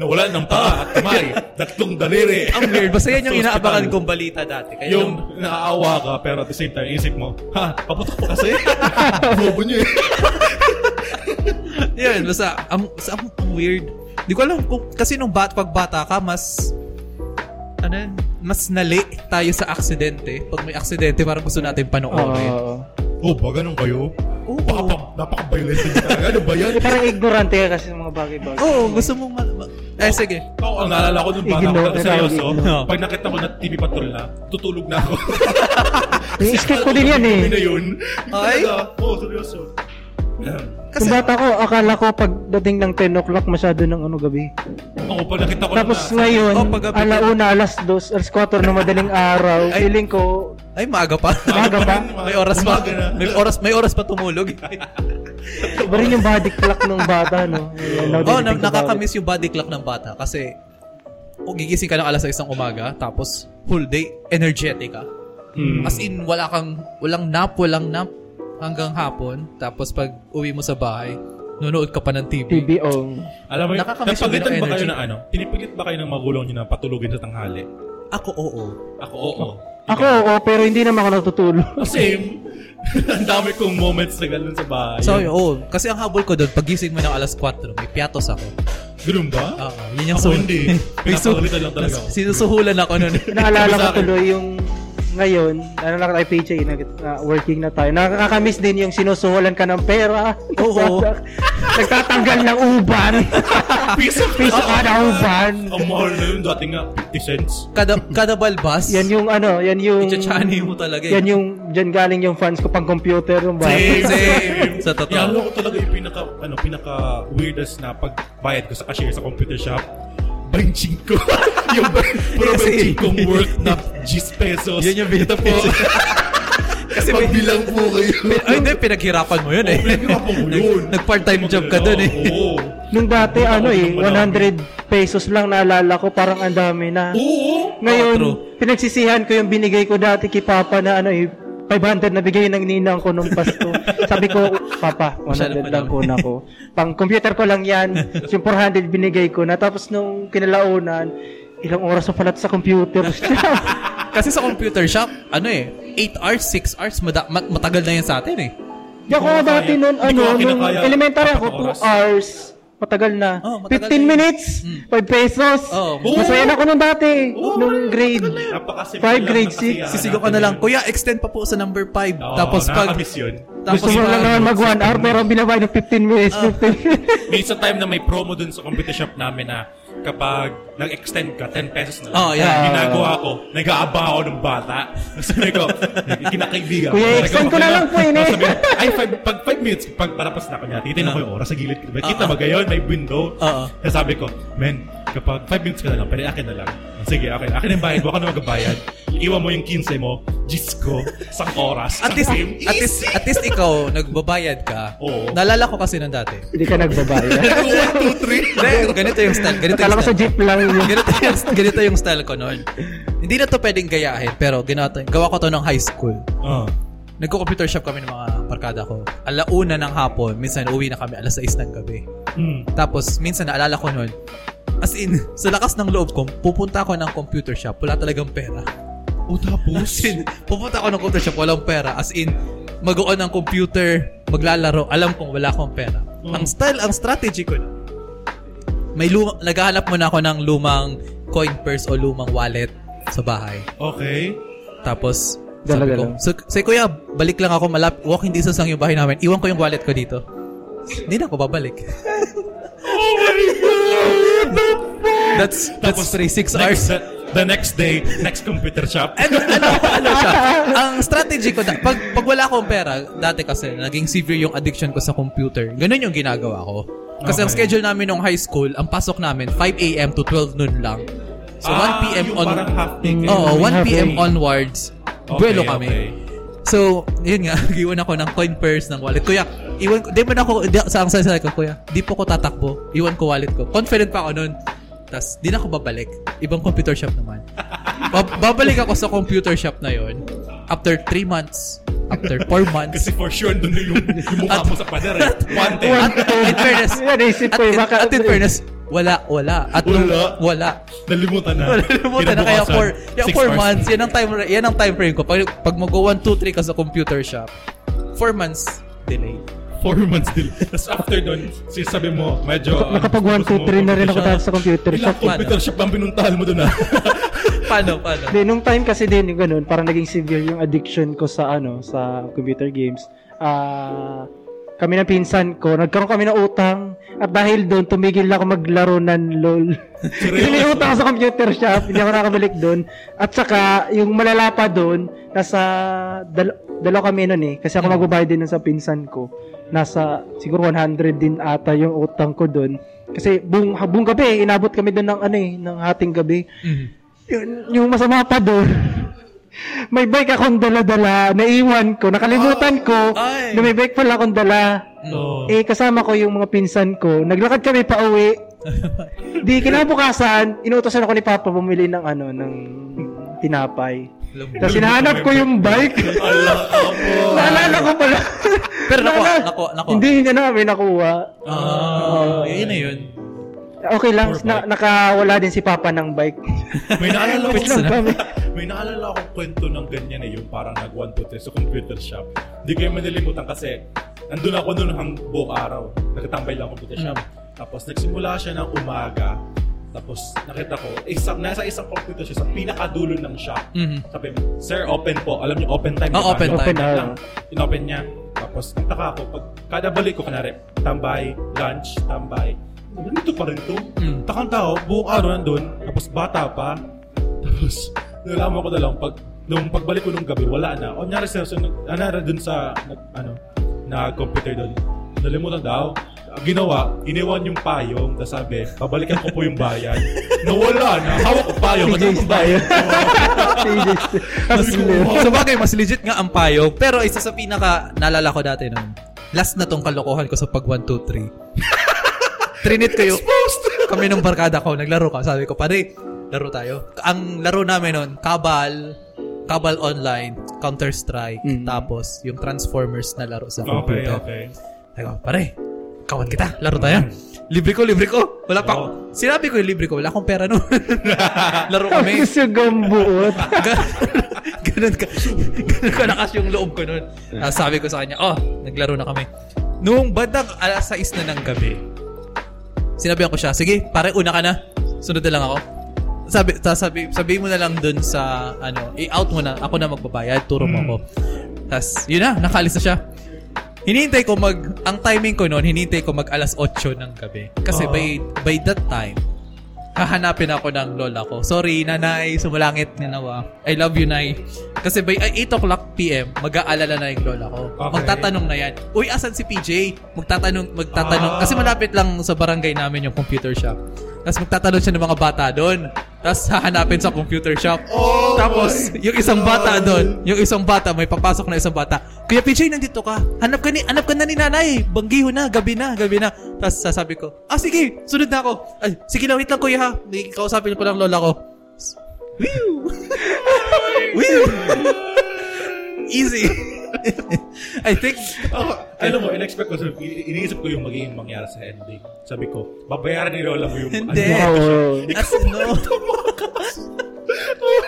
Nawala ng paa at kamay. Tatlong daliri.
Ang weird. Basta yan yung
Sa ospital.
inaabangan kong balita dati. Kaya
Yung
nung-
naaawa ka, pero at the same time, isip mo, ha, paputok ko kasi. Bobo niyo eh.
Yun, basta, ang, sa, ang, ang weird. Di ko alam kung, kasi nung bat, pag bata ka, mas, ano yun, mas nali tayo sa aksidente. Pag may aksidente, parang gusto natin panoorin.
Oo.
Oh, ba ganun kayo?
Oo.
Napaka, napaka-violent din talaga. Ano ba yan?
Eh, parang ignorante ka kasi sa mga bagay-bagay.
Oo, gusto mong, mal- ma- eh, sige.
Ako, ang naalala ko nung bata ko,
Ignore,
talaga seryoso,
ignore.
pag nakita ko na TV patrol na, tutulog na ako.
Yung skip ko din yan eh.
Hindi na yun.
Ay?
Talaga. Oo, seryoso.
Kasi, Nung bata ko, akala ko pagdating ng 10 o'clock masyado ng ano gabi.
Ako pa nakita ko
Tapos
na.
ngayon,
Oh, paggabi.
alauna, alas dos, alas 4 na madaling araw,
Ay.
feeling ko,
Ay, maaga pa.
Maaga pa?
may oras pa.
Umaga na.
May oras, may oras pa tumulog.
iba rin yung body clock nung bata, no? Ayan, now that
oh,
I
na,
think about it.
nakakamiss yung body clock ng bata kasi o gigising ka ng alas 6 ng umaga tapos whole day energetic ka.
Hmm.
As in wala kang walang nap, walang nap hanggang hapon tapos pag uwi mo sa bahay nunood ka pa ng TV.
TV, oh.
Alam mo, yun,
Nakakamiss yung
napagalitan ba
energy.
kayo ng ano? Pinipilit ba kayo ng magulang niyo na patulugin sa tanghali?
Ako oo.
Ako, oo.
Ako, oo, pero hindi naman ako natutulog.
Same. Ang dami kong moments na ganun sa bahay.
So, yun, oo. Kasi ang habol ko doon, pagising mo ng alas 4, may piatos ako.
Ganun ba?
Oo, yun yung
Ako
suhul.
hindi.
May suhul.
Napaulitan lang talaga ako.
Sinusuhulan ako noon.
Naalala
Sabi
ko
sa akin.
tuloy yung ngayon, ano na tayo PJ, nag, na- working na tayo. Nakakamiss din yung sinusuhulan ka ng pera.
Oo.
Nagtatanggal ng uban.
Piece of
Piso ka ng uban.
Ang mahal na yun. Dati nga, 50 cents.
kada, kada balbas,
Yan yung ano, yan yung...
Ichachani mo talaga. eh.
Yan yung, dyan galing yung fans ko pang computer. Yung ba?
Same, same. Sa totoo.
Yalo ko talaga yung pinaka, ano, pinaka weirdest na pagbayad ko sa cashier sa computer shop. Benching ko. yung ba- puro
Kasi-
benching kong worth na 10 pesos.
eh. Yun yung binita po. Kasi may,
Magbilang po kayo.
ay, hindi, pinaghirapan mo yun eh.
Pinaghirapan ko yun.
Nag, part-time job ka dun eh.
Oo.
Nung dati,
Ako
ano eh,
din wala.
100 pesos lang naalala ko, parang ang dami na.
Oo.
Ngayon,
true.
pinagsisihan ko yung binigay ko dati kay Papa na ano eh, 500 na bigay ng ninang ko nung pasto. Sabi ko, Papa,
Masyado
100 lang
pa
ko na ko. Pang computer ko lang yan. Yung 400 binigay ko na. Tapos nung kinalaunan, ilang oras pa pala sa computer.
Kasi sa computer shop, ano eh, 8 hours, 6 hours, mada- mat- matagal na yan sa atin eh.
Di ako dati nun,
Hindi
ano,
ko kinakaya.
nung elementary ako, 2
Apat oras.
hours. Matagal na.
Oh, matagal
15
na yun.
minutes,
Hmm.
5 pesos.
Oh.
Masaya na ako nun dati,
Oh,
nung grade.
Napakasimple
Five
lang
grade
ng
six.
kasiyahan
Sisigaw ka na
natin
lang,
yun.
Kuya, extend pa po sa number 5.
Oo,
tapos pag...
nakakamiss yun.
Tapos
Gusto mo lang
pag-
naman mag 1 hour, pero binabay ng 15
Ah.
minutes, 15 minutes.
Minsan time na may promo dun sa computer shop namin na kapag nag-extend ka, 10 pesos na lang.
Oh, yeah.
Ginagawa ko, nag-aaba ako ng bata. Tapos sabi ko, kinakaibigan.
Kuya,
Sabi
extend ko na lang po, eh. ini.
Tapos sabi ko, Ay, five, pag 5 minutes, pag palapas na kanya, titignan ko yung
Uh-huh.
oras sa gilid. Ba't kita ba gayon? May window.
Oo.
Tapos sabi ko, men, kapag 5 minutes ka na lang, pwede akin na lang. Sige, akin. Akin ang bayad. Baka na magbayad. Iwan mo yung 15 mo. Diyos ko, isang oras.
At least,
Same.
at least, at least ikaw, nagbabayad ka.
Oo.
Nalala ko kasi nung dati.
Hindi ka nagbabayad.
1, 2, 3.
Hindi, ganito yung style. Ganito Ah, yung
Akala ko sa
style.
jeep lang yun.
ganito, yung, ganito yung style ko noon. Hindi na to pwedeng gayahin, pero ginawa to, gawa ko to ng high school.
Ah.
Nagko-computer shop kami ng mga barkada ko. Alauna ng hapon, minsan uwi na kami alas 6 ng gabi.
Hmm.
Tapos, minsan naalala ko noon, as in, sa lakas ng loob ko, pupunta ako ng computer shop, wala talagang pera.
O tapos?
As in, pupunta ako ng computer shop, walang pera. As in, mag-on ng computer, maglalaro, alam kong wala akong pera. Ang style, ang strategy ko na, may luma, naghahanap muna ako ng lumang coin purse o lumang wallet sa bahay.
Okay.
Tapos, sabi
Dalaga
ko,
lang.
so, say, kuya, balik lang ako, malap, walking distance lang yung bahay namin. Iwan ko yung wallet ko dito. Hindi na ako babalik. that's, that's
Oh Tapos,
3, 6 hours.
Next, the, the next day, next computer shop.
And ano, ano siya, ang strategy ko, da- pag, pag wala akong pera, dati kasi, naging severe yung addiction ko sa computer. Ganun yung ginagawa ko. Kasi ang
Okay.
schedule namin nung high school, ang pasok namin, 5 a.m. to 12 noon lang. So, 1 p.m.
Ah, yung
on... Mm.
parang half day kayo.
Oo,
May
1 p.m.
halfway.
onwards,
Okay,
buwelo kami.
okay.
So, yun nga, iwan ako ng coin purse ng wallet. Kuya, iwan ko, di man ako, di, sa ang sasaya ko, kuya, di po ko tatakbo, iwan ko wallet ko. Confident pa ako nun. Tapos, di na ako babalik. Ibang computer shop naman. Ba- babalik ako sa computer shop na yon after 3 months, after 4 months.
Kasi for sure, doon na yung, yung mukha mo sa pader eh. One day.
at, in fairness,
Yan, naisip
at,
ko eh,
in,
baka-
at in fairness, wala, wala. At nung-
Wala.
wala.
Nalimutan na.
Nalimutan Ano na kaya
Kinabukasan,
for, yeah,
six
four
hours.
months. Yan ang time, yan ang time frame ko. Pag, pag mag 1, 2, 3 ka sa computer shop, 4 months delay.
Four months din. Tapos after doon, sinasabi mo, medyo... ah,
Nakapag 1,
gusto
2, 3
mo
na rin ako
computer
dati sa computer
shop. Ilang
shop.
computer shop ang pinuntahan mo doon ah.
Paano, paano?
Hindi, nung time kasi din yung ganun, parang naging severe yung addiction ko sa ano, sa computer games. Ah, kami ng pinsan ko, nagkaroon kami ng utang. At dahil doon, tumigil ako maglaro ng LOL. Kasi may utang ako sa computer shop, hindi ako nakabalik doon. At saka, yung malala pa doon, nasa, dal- dalaw kami nun eh. Kasi ako magbabayad din nun sa pinsan ko. Nasa, siguro 100 din ata yung utang ko doon. Kasi buong, buong gabi, inabot kami doon ng ano eh, ng hating gabi. Yun, yung masama pa doon, may bike akong dala-dala, naiwan ko, nakalimutan ko,
Ay. Oh.
na may bike pala akong dala. Eh, kasama ko yung mga pinsan ko. Naglakad kami pa uwi. Di, kinabukasan, inuutosan ako ni Papa bumili ng ano, ng tinapay. Tapos hinahanap ko yung bike. Naalala ko pala.
Pero nakuha,
Naalala-
nakuha, nakuha.
Hindi, hindi na namin nakuha.
Ah, yun na yun.
Okay lang, na, nakawala din si Papa ng bike.
May naalala
Which is
ko
na-
May naalala akong kwento ng ganyan eh, yung parang nag 1, 2, 3 sa computer shop. Hindi ko yung manilimutan kasi nandun ako noon hang buong araw. Nagtambay lang ako sa computer shop. Tapos nagsimula siya ng umaga. Tapos nakita ko, isang, nasa isang computer siya sa pinakadulo ng shop.
Mhm.
Sabi, sir, open po. Alam niyo, open time.
Ah,
diba?
open time.
Open
Yun
hour.
lang. Inopen niya. Tapos nagtaka ako, pag kada balik ko, kunwari, tambay, lunch, tambay. Ganito pa rin to.
Mm.
Takang tao, buong araw nandun, tapos bata pa. Tapos, nalaman ko na lang, pag, nung pagbalik ko nung gabi, wala na. O nangyari sa, so, nangyari dun sa, ano, nag, ano, na computer dun. Nalimutan daw. Ang ginawa, iniwan yung payong, tapos sabi, pabalikan ko po yung bayan. Nawala na, hawak ko payong, at yung bayan.
Tapos,
so bagay, mas legit nga ang payog. Pero isa sa pinaka naalala ko dati nun, last na tong kalokohan ko sa pag 1, 2, 3. Trinit kayo. Kami nung barkada ko, naglaro ka. Sabi ko, pare, laro tayo. Ang laro namin nun, Kabal, Kabal Online, Counter-Strike, tapos yung Transformers na laro sa
Mm-hmm. Okay,
computer.
okay. Mm-hmm.
Sabi ko, pare, kawan kita, laro tayo. Libre ko, libre ko. Wala pa. ako- Sinabi ko yung libre ko, wala akong pera noon. laro kami.
tapos yung gambuot.
Gan- ganun ka ganun ka lakas yung loob ko nun Ah, sabi ko sa kanya oh naglaro na kami noong bandang alas 6 na ng gabi sinabihan ko siya sige pare una ka na sunod na lang ako sabi ta- sabi sabihin mo na lang dun sa ano i-out mo na ako na magbabayad turo mo ako tas yun na nakaalis na siya hinihintay ko mag ang timing ko noon hinihintay ko mag alas 8 ng gabi kasi by by that time hahanapin ako ng lola ko. Sorry, nanay, sumalangit na nawa. I love you, nay. Kasi by ay, 8 o'clock p.m., mag-aalala na yung lola ko.
Okay.
Magtatanong na yan. Uy, asan si PJ? Magtatanong, magtatanong.
Ah.
Kasi malapit lang sa barangay namin yung computer shop. Tapos magtatanong siya ng mga bata doon. Tapos hahanapin sa computer shop. Tapos, yung isang bata doon, yung isang bata, may papasok na isang bata. Kuya PJ, nandito ka. Hanap ka, ni, hanap ka na ni nanay. Banggiho na, gabi na, gabi na. Tapos sasabi ko, ah sige, sunod na ako. Ay, sige lang, wait lang kuya ha. May Kausapin ko lang lola ko. Whew! Easy. I think,
Ako, Oh, alam mo, in-expect ko, sabi- i- iniisip ko yung magiging mangyari sa ending. Sabi ko, babayaran ni Lola mo yung... ano.
Hindi.
Oo.
ano. as in, no.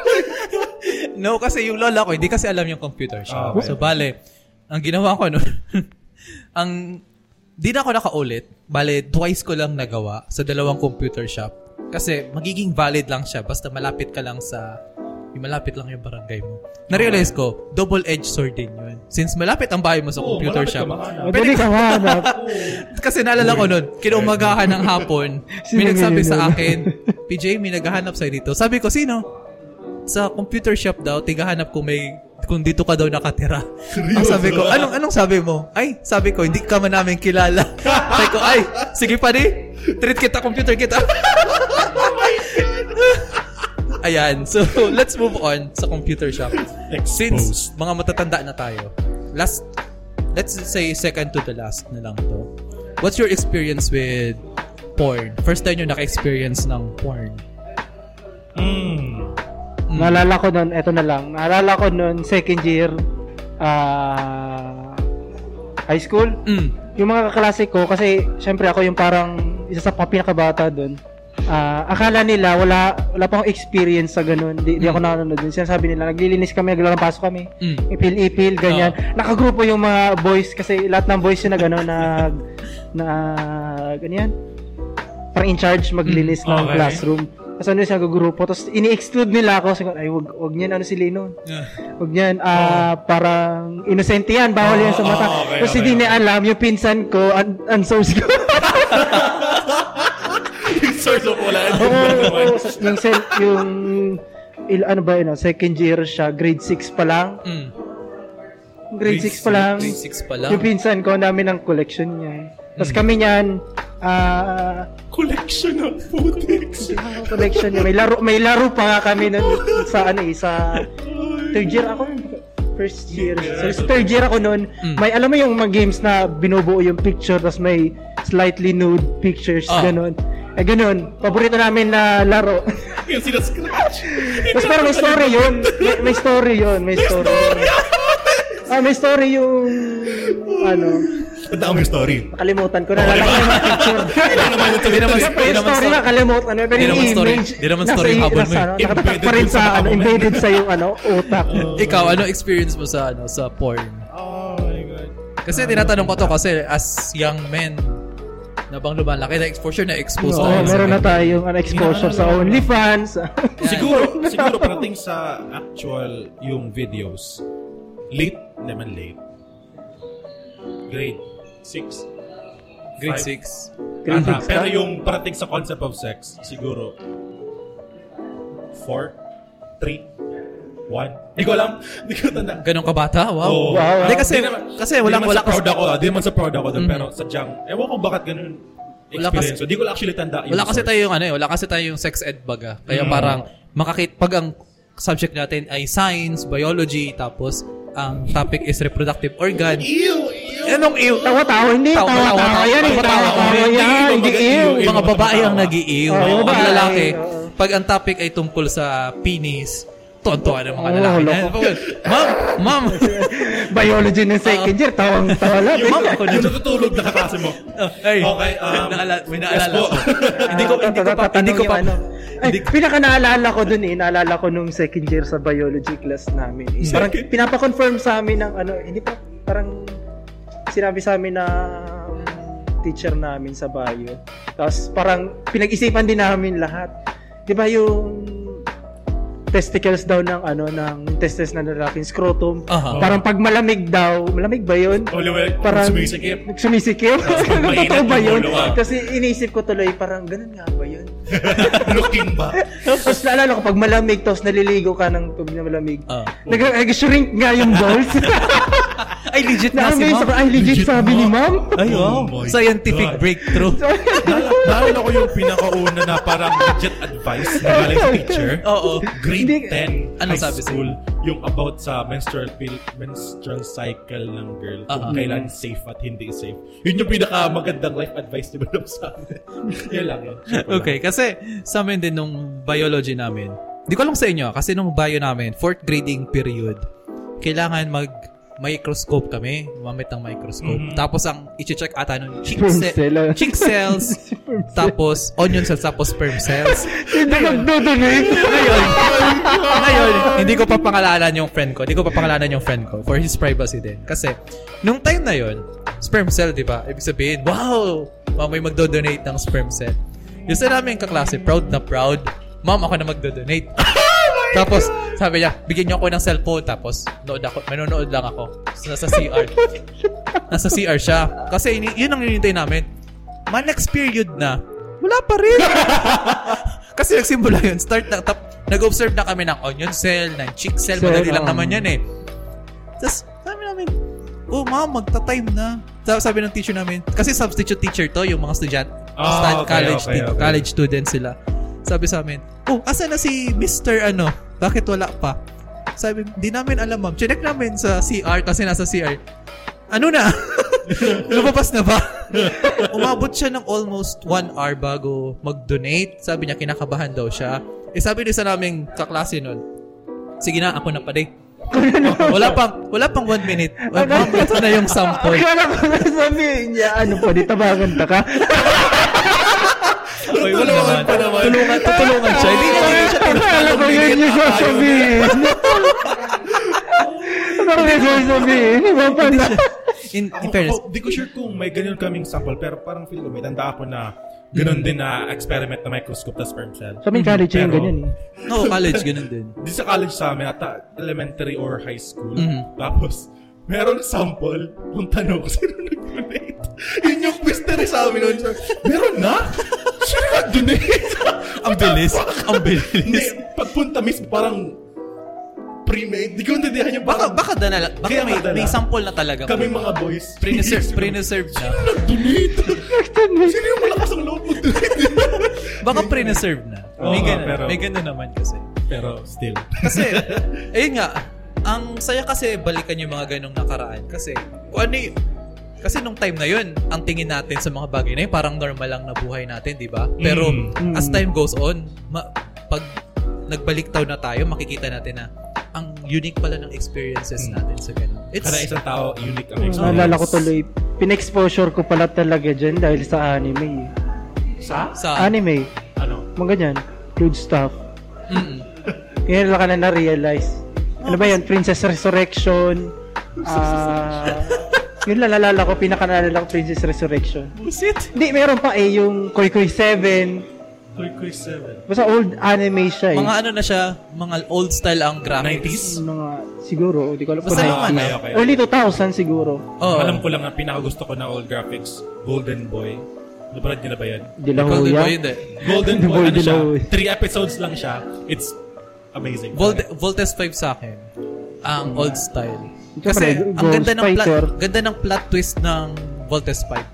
no, kasi yung lola ko, hindi kasi alam yung computer siya.
Ah, okay.
So, bale, ang ginawa ko noon, ang, di na ako nakaulit. Bale, twice ko lang nagawa sa dalawang computer shop. Kasi magiging valid lang siya basta malapit ka lang sa yung malapit lang yung barangay mo. Na-realize ko, double-edged sword din yun. Since malapit ang bahay mo sa
Oo,
computer
malapit ka
shop,
mahanap.
Madali ka mahanap.
kasi naalala ko nun, kinaumagahan ng hapon, may
Sino
nagsabi
yun?
sa akin, PJ, may naghahanap sa'yo dito. Sabi ko, sino? Sa computer shop daw, tigahanap ko may kung dito ka daw nakatira. Ang sabi ko, anong anong sabi mo? Ay, sabi ko, hindi ka man namin kilala. sabi ko, ay, sige pa di. Treat kita, computer kita. Ayan. So, let's move on sa computer shop. Since mga matatanda na tayo, last, let's say second to the last na lang to. What's your experience with porn? First time yung naka-experience ng porn.
Mm.
Naalala ko nun, eto na lang. Naalala ko nun, second year, ah, high school.
Mm.
Yung mga kaklase ko, kasi syempre ako yung parang isa sa pa- pinakabata dun. Ah, akala nila, wala, wala pang experience sa ganun. Di, di ako nanonood dun. Sinasabi nila, naglilinis kami, naglalabas kami.
Mm.
Ipil-ipil,
Ano?
ganyan. Nakagrupo yung mga boys, kasi lahat ng boys yung na gano'n, na, na, ganyan. Parang in charge maglinis ng
Okay.
classroom. Tapos ano siya, gugrupo. Tapos ini-exclude nila ako. Sabi ko, ay, wag, wag niyan, ano si Lino. Wag niyan, ah, parang innocent yan. Bawal yan sa mata.
oh, okay,
Tapos
okay,
hindi
okay.
niya alam, yung pinsan ko, un- unsource ko.
Source of ulan.
Oo, yung, sen- yung, il, ano ba yun, oh, second year siya, grade 6 pa lang.
Mm.
Grade 6 pa lang.
Grade 6 pa lang.
Yung pinsan ko, ang dami ng collection niya. Tapos kami niyan, ah,
Collection of footage.
Ang collection niya. May laro, may laro pa nga kami nun sa ano eh, sa third year ako. nun. First year. So, third year ako nun. May alam mo yung mga games na binubuo yung picture tapos may slightly nude pictures
Ah.
ganun. Eh ganun, paborito namin na laro.
Yung sinascratch.
tapos pero may story yun. May, may story yun, may story. Ah, may story yung ano,
Ang dami yung story.
nakalimutan
Oh,
ko na lang yung mga picture.
Hindi naman
Siyempre,
hindi
yung
naman
story
story.
na kalimutan mo. Pero
Di
yung
naman story.
image,
Di naman story yung habol mo eh.
nasa, ano, Nakapatak pa rin sa,
Embedded sa
ano,
comment.
embedded sa yung ano, utak.
Ikaw, ano experience mo sa ano sa porn?
Oh my God.
Kasi tinatanong ko to kasi as young men na bang lumalaki na exposure na exposed
Oo,
tayo sa
meron na
ganyan.
tayong ano, exposure sa OnlyFans.
Siguro, siguro parating sa actual yung videos. Late naman late. Grade 6.
Grade
Five.
6.
Grade six
Ata, pero
ka?
yung parating sa concept of sex, siguro 4, 3, 1. Hindi ko alam. Hindi ko tanda.
Ganun ka bata? Wow.
Oo.
Wow.
Hindi kasi,
Di naman-
kasi walang,
di naman
wala,
sa proud
kasi, Mm-hmm.
ako. ah. Di naman sa proud ako doon. Pero sadyang, ewan ko bakit ganun
Wala
experience.
kasi-
ko. Di ko actually tanda. yung
wala kasi
source.
tayo yung ano eh, wala kasi tayo yung sex ed baga. Kaya parang makakit pag ang subject natin ay science, biology, tapos ang topic is reproductive organ.
ano
Anong ew?
Tawa-tawa, hindi.
Tawa-
Tawa-tawa
tawa-
yan. eh,
tawa-
Tawa-tawa
tawa-
yan.
tawa-
Hindi
tawa-
ew.
tawa-
Yung mga
Mga
babae ang
tao.
nag-iiw.
Oo,
ang
babae.
lalaki,
Oo.
pag ang topic ay tungkol sa penis, tontuan ng mga
Oo,
lalaki. na.
loko.
Ma'am, ma'am,
Biology ng second year, tawang-tawa lang.
Ah. ma'am ako na.
Yung natutulog na kakasi mo.
Ay,
Okay, um,
naala- Oh, may
yes
naalala
po.
ko. hindi ko, hindi ko pa,
Tatanong
hindi ko
yung
pa,
ano. Ay, pinaka naalala ko dun eh, naalala ko nung second year sa biology class namin. Eh. Parang
Second-
pinapa-confirm sa amin ng ano, hindi pa, parang sinabi sa amin na um, teacher namin sa bio. Tapos parang pinag-isipan din namin lahat. Di ba yung testicles daw ng ano ng testes na lalaking scrotum.
Aha.
Parang pag malamig daw, malamig ba 'yun?
Holy way,
parang
sumisikip.
Sumisikip.
mainit,
Totoo ba yun?
lumulo ka.
Kasi iniisip ko tuloy, parang ganun nga ba yun?
Looking ba?
tapos naalala ko, pag malamig, tapos naliligo ka ng tubig na malamig,
Ah.
nag- nag-shrink nga yung balls.
ay legit na si
Naamay sa
ma'am.
ay, legit, sabi ni ma'am.
Ay, wow.
Oh my
Scientific
God.
breakthrough.
Naalala ko yung pinakauna na parang legit advice na galing sa teacher.
Oo.
Grade
Hindi-
10
Ano
high
sabi sa'yo?
school, yung about sa menstrual pill, menstrual cycle ng girl,
Ah, ah.
kung kailan safe at hindi safe. Yun yung pinaka magandang life advice ni Madam sa amin. yan lang yun. Share ko lang.
Okay, kasi sa amin din nung biology namin, di ko alam sa inyo, kasi nung bio namin, fourth grading period, kailangan mag microscope kami, mamit ng microscope. Tapos ang i-check ata nun, chick,
Mm-hmm. Sperm
ce-
cell, ah.
chick cells, tapos onion cells, tapos sperm cells.
Hindi nagdudunay.
Ngayon, ngayon, hindi ko pa pangalanan yung friend ko. Hindi ko pa pangalanan yung friend ko for his privacy din. Kasi, nung time na yon sperm cell, di ba? Ibig sabihin, wow! Ma'am, may magdo-donate ng sperm cell. Yung sa namin kaklase, proud na proud. Ma'am, ako na magdo-donate. Tapos, sabi niya, bigyan niyo ako ng cellphone. Tapos, nood ako, manonood lang ako. So, nasa CR. nasa CR siya. Kasi ini- yun ang hinihintay namin. Man, next period na. Wala pa rin. Kasi nagsimula yun. Start na, tap, nag-observe na kami ng onion cell, ng chick cell.
Cell,
Madali lang
um.
naman yan eh. Tapos, sabi namin, oh ma'am, magta-time na. Sabi, sabi ng teacher namin, kasi substitute teacher to, yung mga estudyante,
Ah,
stud-
okay,
college,
okay,
stu-
okay.
college students sila. Sabi sa amin, oh, asa na si Mr. Ano? Bakit wala pa? Sabi, di namin alam ma'am. Check namin sa CR kasi nasa CR. Ano na? Lumabas na ba? Umabot siya ng almost one hour bago mag-donate. Sabi niya, kinakabahan daw siya. Eh, sabi niya sa naming kaklase nun, sige na, ako na pa day. wala pang wala pang one minute. Well, ma'am, ito na yung sample.
Akala ko na sabihin niya, ano pa, di tabangan ta ka.
Oy, wag naman. Tulungan, tutulungan siya. Hindi naman yun siya
Akala ko yun yung sasabihin. Akala ko yung sasabihin. Iba pala.
In, in
Ako-
fairness,
ako, Di ko sure kung may ganyan kaming sample, pero parang feel ko may tanda ako na
Mm.
Ganun din na experiment na microscope tas sperm cell.
Sa may college yung
Pero-
ganyan eh.
No, college, ganun din.
Di sa college sa amin, ata elementary or high school.
Mhm.
Tapos, meron sample, yung tanong ko, sino nag-donate?
Yun yung mystery sa amin noon.
meron na? sino nag-donate?
Ang bilis. Ang
Hindi,
bilis.
pagpunta mismo, parang pre-made. Di ko intindihan yung
Baka, baka
baka,
dala, baka
Kaya
may,
madala.
may sample na talaga.
kaming mga boys.
Pre-reserve, pre-reserve na.
Nag-donate. Sino yung malakas ang loob mag-donate?
Baka pre-reserve na. May
Oo nga,
ganun,
pero-
may ganun naman kasi.
Pero still.
Kasi, ayun nga, ang saya kasi balikan yung mga ganong nakaraan. Kasi, kung ano y- kasi nung time na yun, ang tingin natin sa mga bagay na yun, parang normal lang na buhay natin, di ba? Pero,
Mm.
as time goes on, ma- pag nagbaliktaw na tayo, makikita natin na ang unique pala ng experiences
Mm.
natin sa ganun. It's,
Kada isang tao, unique ang
Ah,
experience.
Naalala ko tuloy, pinexposure ko pala talaga dyan dahil sa anime. eh.
Sa?
sa,
Anime,
Ano?
mga ganyan, good stuff.
Mm-mm.
Ngayon lang ka na na-realize. Ano ba yan? Princess Resurrection. Ah, yun lang nalala ko, pinakanalala ko Princess Resurrection.
Busit!
Hindi, meron pa eh, yung Koi Koi 7.
Koy Koy 7.
Basta old anime siya eh.
Mga ano na siya, mga old style ang graphics.
90s?
Mga, siguro, hindi ko alam.
Basta
kung
yung
90s.
ano.
Okay.
Early 2000 siguro.
Oo.
Alam ko lang ang pinakagusto ko na old graphics, Golden Boy. Napanood niyo na ba yan?
Hindi lang
Golden
huya.
Boy, hindi.
Golden
Boy,
Boy, ano siya?
dilaw eh.
Three episodes lang siya. It's amazing.
Volt- Voltes 5 sa akin. Ang old style. Kasi
Siyempre,
ang ganda ng plot,
Ghostwriter.
ganda ng plot twist ng Voltes 5.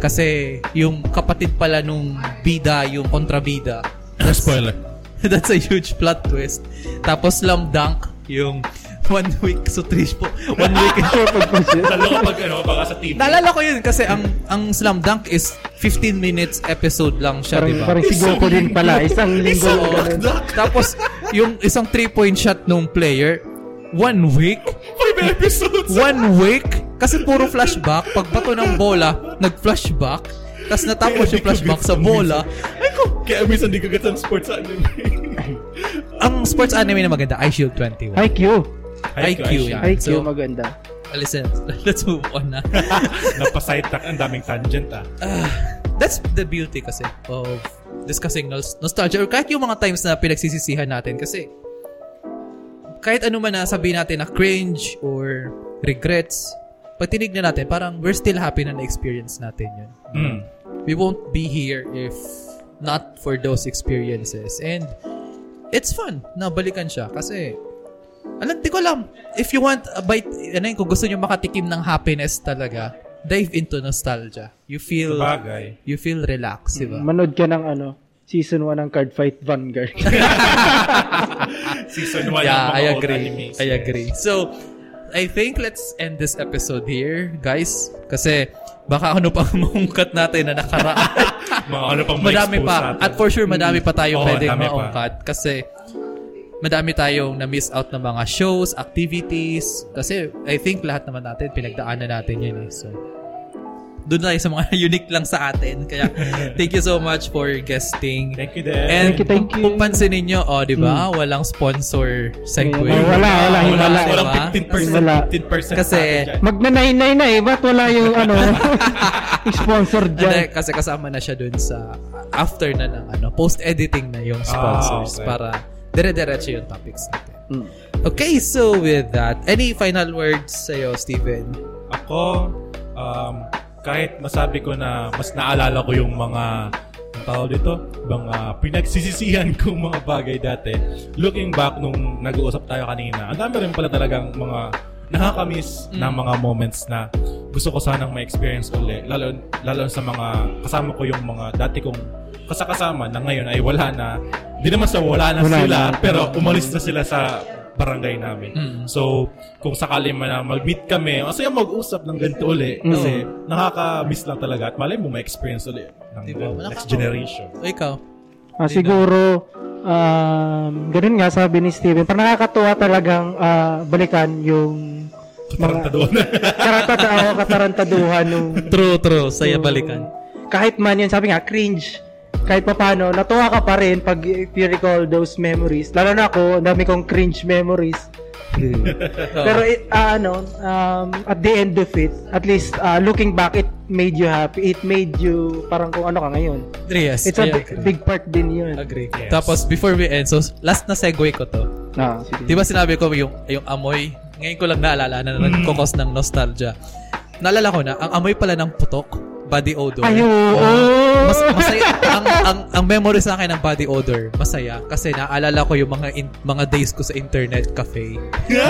Kasi yung kapatid pala nung bida, yung kontrabida.
Spoiler.
That's a huge plot twist. Tapos slam dunk yung one week so Trish po. One week.
Sure, pag-posit.
Lalo kapag ano, baka sa TV.
Naalala ko yun kasi ang ang slam dunk is 15 minutes episode lang siya,
parang,
di ba?
parang si Goku din pala. Isang linggo.
Isang
ganun.
bakdak.
Tapos yung isang three-point shot nung player, one week,
Five episodes.
One week? Kasi puro flashback. Pagbato ng bola, nag-flashback. Tapos natapos yung flashback sa ah. bola.
Ay ko. Kaya minsan di ko gets ang sports ano. anime.
Ang sports anime na maganda, Ice Shield 21.
IQ.
IQ, yeah.
IQ
So-
maganda.
Listen, let's move on na.
Napasidetrack. Ang daming tangent ah.
That's the beauty kasi of discussing nos- nostalgia or kahit yung mga times na pinagsisisihan natin kasi kahit ano man na sabihin natin na cringe or regrets, pag tinignan natin, parang we're still happy na na-experience natin yun.
Mm.
we won't be here if not for those experiences. And it's fun na balikan siya kasi alam, di ko alam. If you want a bite, ano yun, kung gusto nyo makatikim ng happiness talaga, dive into nostalgia. You feel,
Bagay.
you feel relaxed, di ba?
Manood ka ng ano, season 1 ng Card Fight Vanguard.
Season 1
yeah,
ng mga
I
old
agree.
animes.
I agree. So, I think let's end this episode here, guys. Kasi baka ano pang maungkat natin na nakaraan.
Mga ano pang
madami
ma-expose
pa.
natin.
At for sure, madami pa tayong
Oo,
pwedeng
madami pa.
maungkat. Kasi, madami tayong na-miss out na mga shows, activities. Kasi, I think lahat naman natin, pinagdaanan natin yun eh. So, doon tayo sa mga unique lang sa atin. Kaya, thank you so much for guesting.
Thank you,
And
Dad.
Thank you, thank you.
kung pansin ninyo, oh, di ba? Walang sponsor segue.
Oh, wala, wala,
wala,
wala.
di
walang
ba?
15%.
Wala.
15%
Kasi-
Magna-99 na eh, ba't wala yung ano, sponsor
Hindi,
dyan?
kasi kasama na siya dun sa after na ng ano, post-editing na yung sponsors
Ah, okay.
para dire-diretso yung topics natin.
Mm.
Okay, so with that, any final words sa'yo, Steven?
Ako, um, kahit masabi ko na mas naalala ko yung mga ang tawag dito, mga pinagsisisihan kong mga bagay dati. Looking back nung nag-uusap tayo kanina, ang dami rin pala talagang mga nakakamiss na mga moments na gusto ko sanang ma-experience uli. Lalo, lalo sa mga kasama ko yung mga dati kong kasakasama na ngayon ay wala na. Di naman sa wala na
Wala
sila,
na.
pero umalis na sila sa barangay namin.
Hmm.
So, kung sakali man na mag-meet kami, ang saya mag-usap ng ganito uli.
Hmm.
Kasi nakaka-miss lang talaga. At malay mo, ma-experience uli ng
Diba?
next
Nakaka-
generation.
O ikaw?
Ah, siguro, um, ganun nga sabi ni Steven, parang nakakatuwa talagang ah, balikan yung
Kataranta doon.
karatata o katarantaduhan nung
True, true. Saya balikan.
kahit man yun, sabi nga, cringe. Kahit pa paano, natuwa ka pa rin pag if you recall those memories. Lalo na ako, ang dami kong cringe memories. Pero eh, ah, ano, um, at the end of it, at least ah, looking back, it made you happy. It made you parang kung ano ka ngayon.
Yes,
It's a
I
big,
agree.
big part din yun.
Agree.
Yes.
Tapos before we end, so last na segue ko to.
Ah, sige.
Di ba sinabi ko yung, yung amoy? Ngayon ko lang naalala na
Mm.
nagkukos ng nostalgia. Naalala ko na, ang amoy pala ng putok, body odor.
Ay, oo.
Mas, masaya. ang, ang, ang memory sa akin ng body odor, masaya. Kasi naalala ko yung mga in- mga days ko sa internet cafe. na,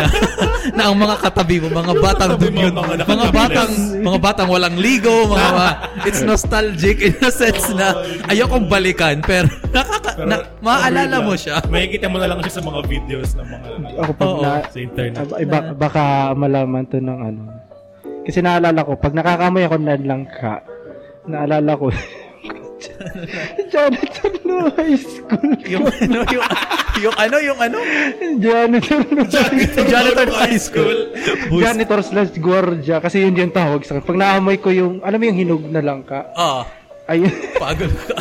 na ang mga katabi mo, mga batang
katabi mo,
dugyot.
mga
Mga,
nakatabiles.
batang mga batang walang ligo. Mga, mga- it's nostalgic in a sense na ayokong balikan. Pero, nakaka,
Pero,
na, maaalala
sobrang-
mo siya.
Makikita mo na lang siya sa mga videos ng mga
Ako pag
Oo.
na,
sa internet.
Ab- iba- baka malaman to ng ano. Kasi naalala ko, pag nakakamoy ako ng langka, naalala ko, janitor no high school.
yung ano, yung, yung ano, yung ano?
Janitor no
Jonathan High School.
Janitor slash guardia. Kasi yun yung tawag sa akin. Pag naamoy ko yung, alam mo yung hinog na langka?
Ah,
Ayun.
pagod ka.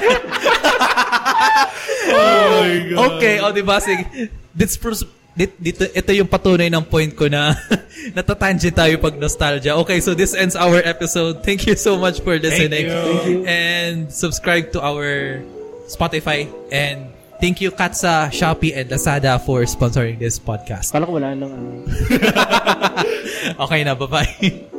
Oh my
okay, o diba, sige. This pers- dit- dito, ito yung patunay ng point ko na natatangent tayo pag nostalgia. Okay, so this ends our episode. Thank you so much for listening.
you.
And subscribe to our Spotify. And thank you Katsa, Shopee, and Lazada for sponsoring this podcast.
Kala ko wala nang ano.
Okay na, bye-bye.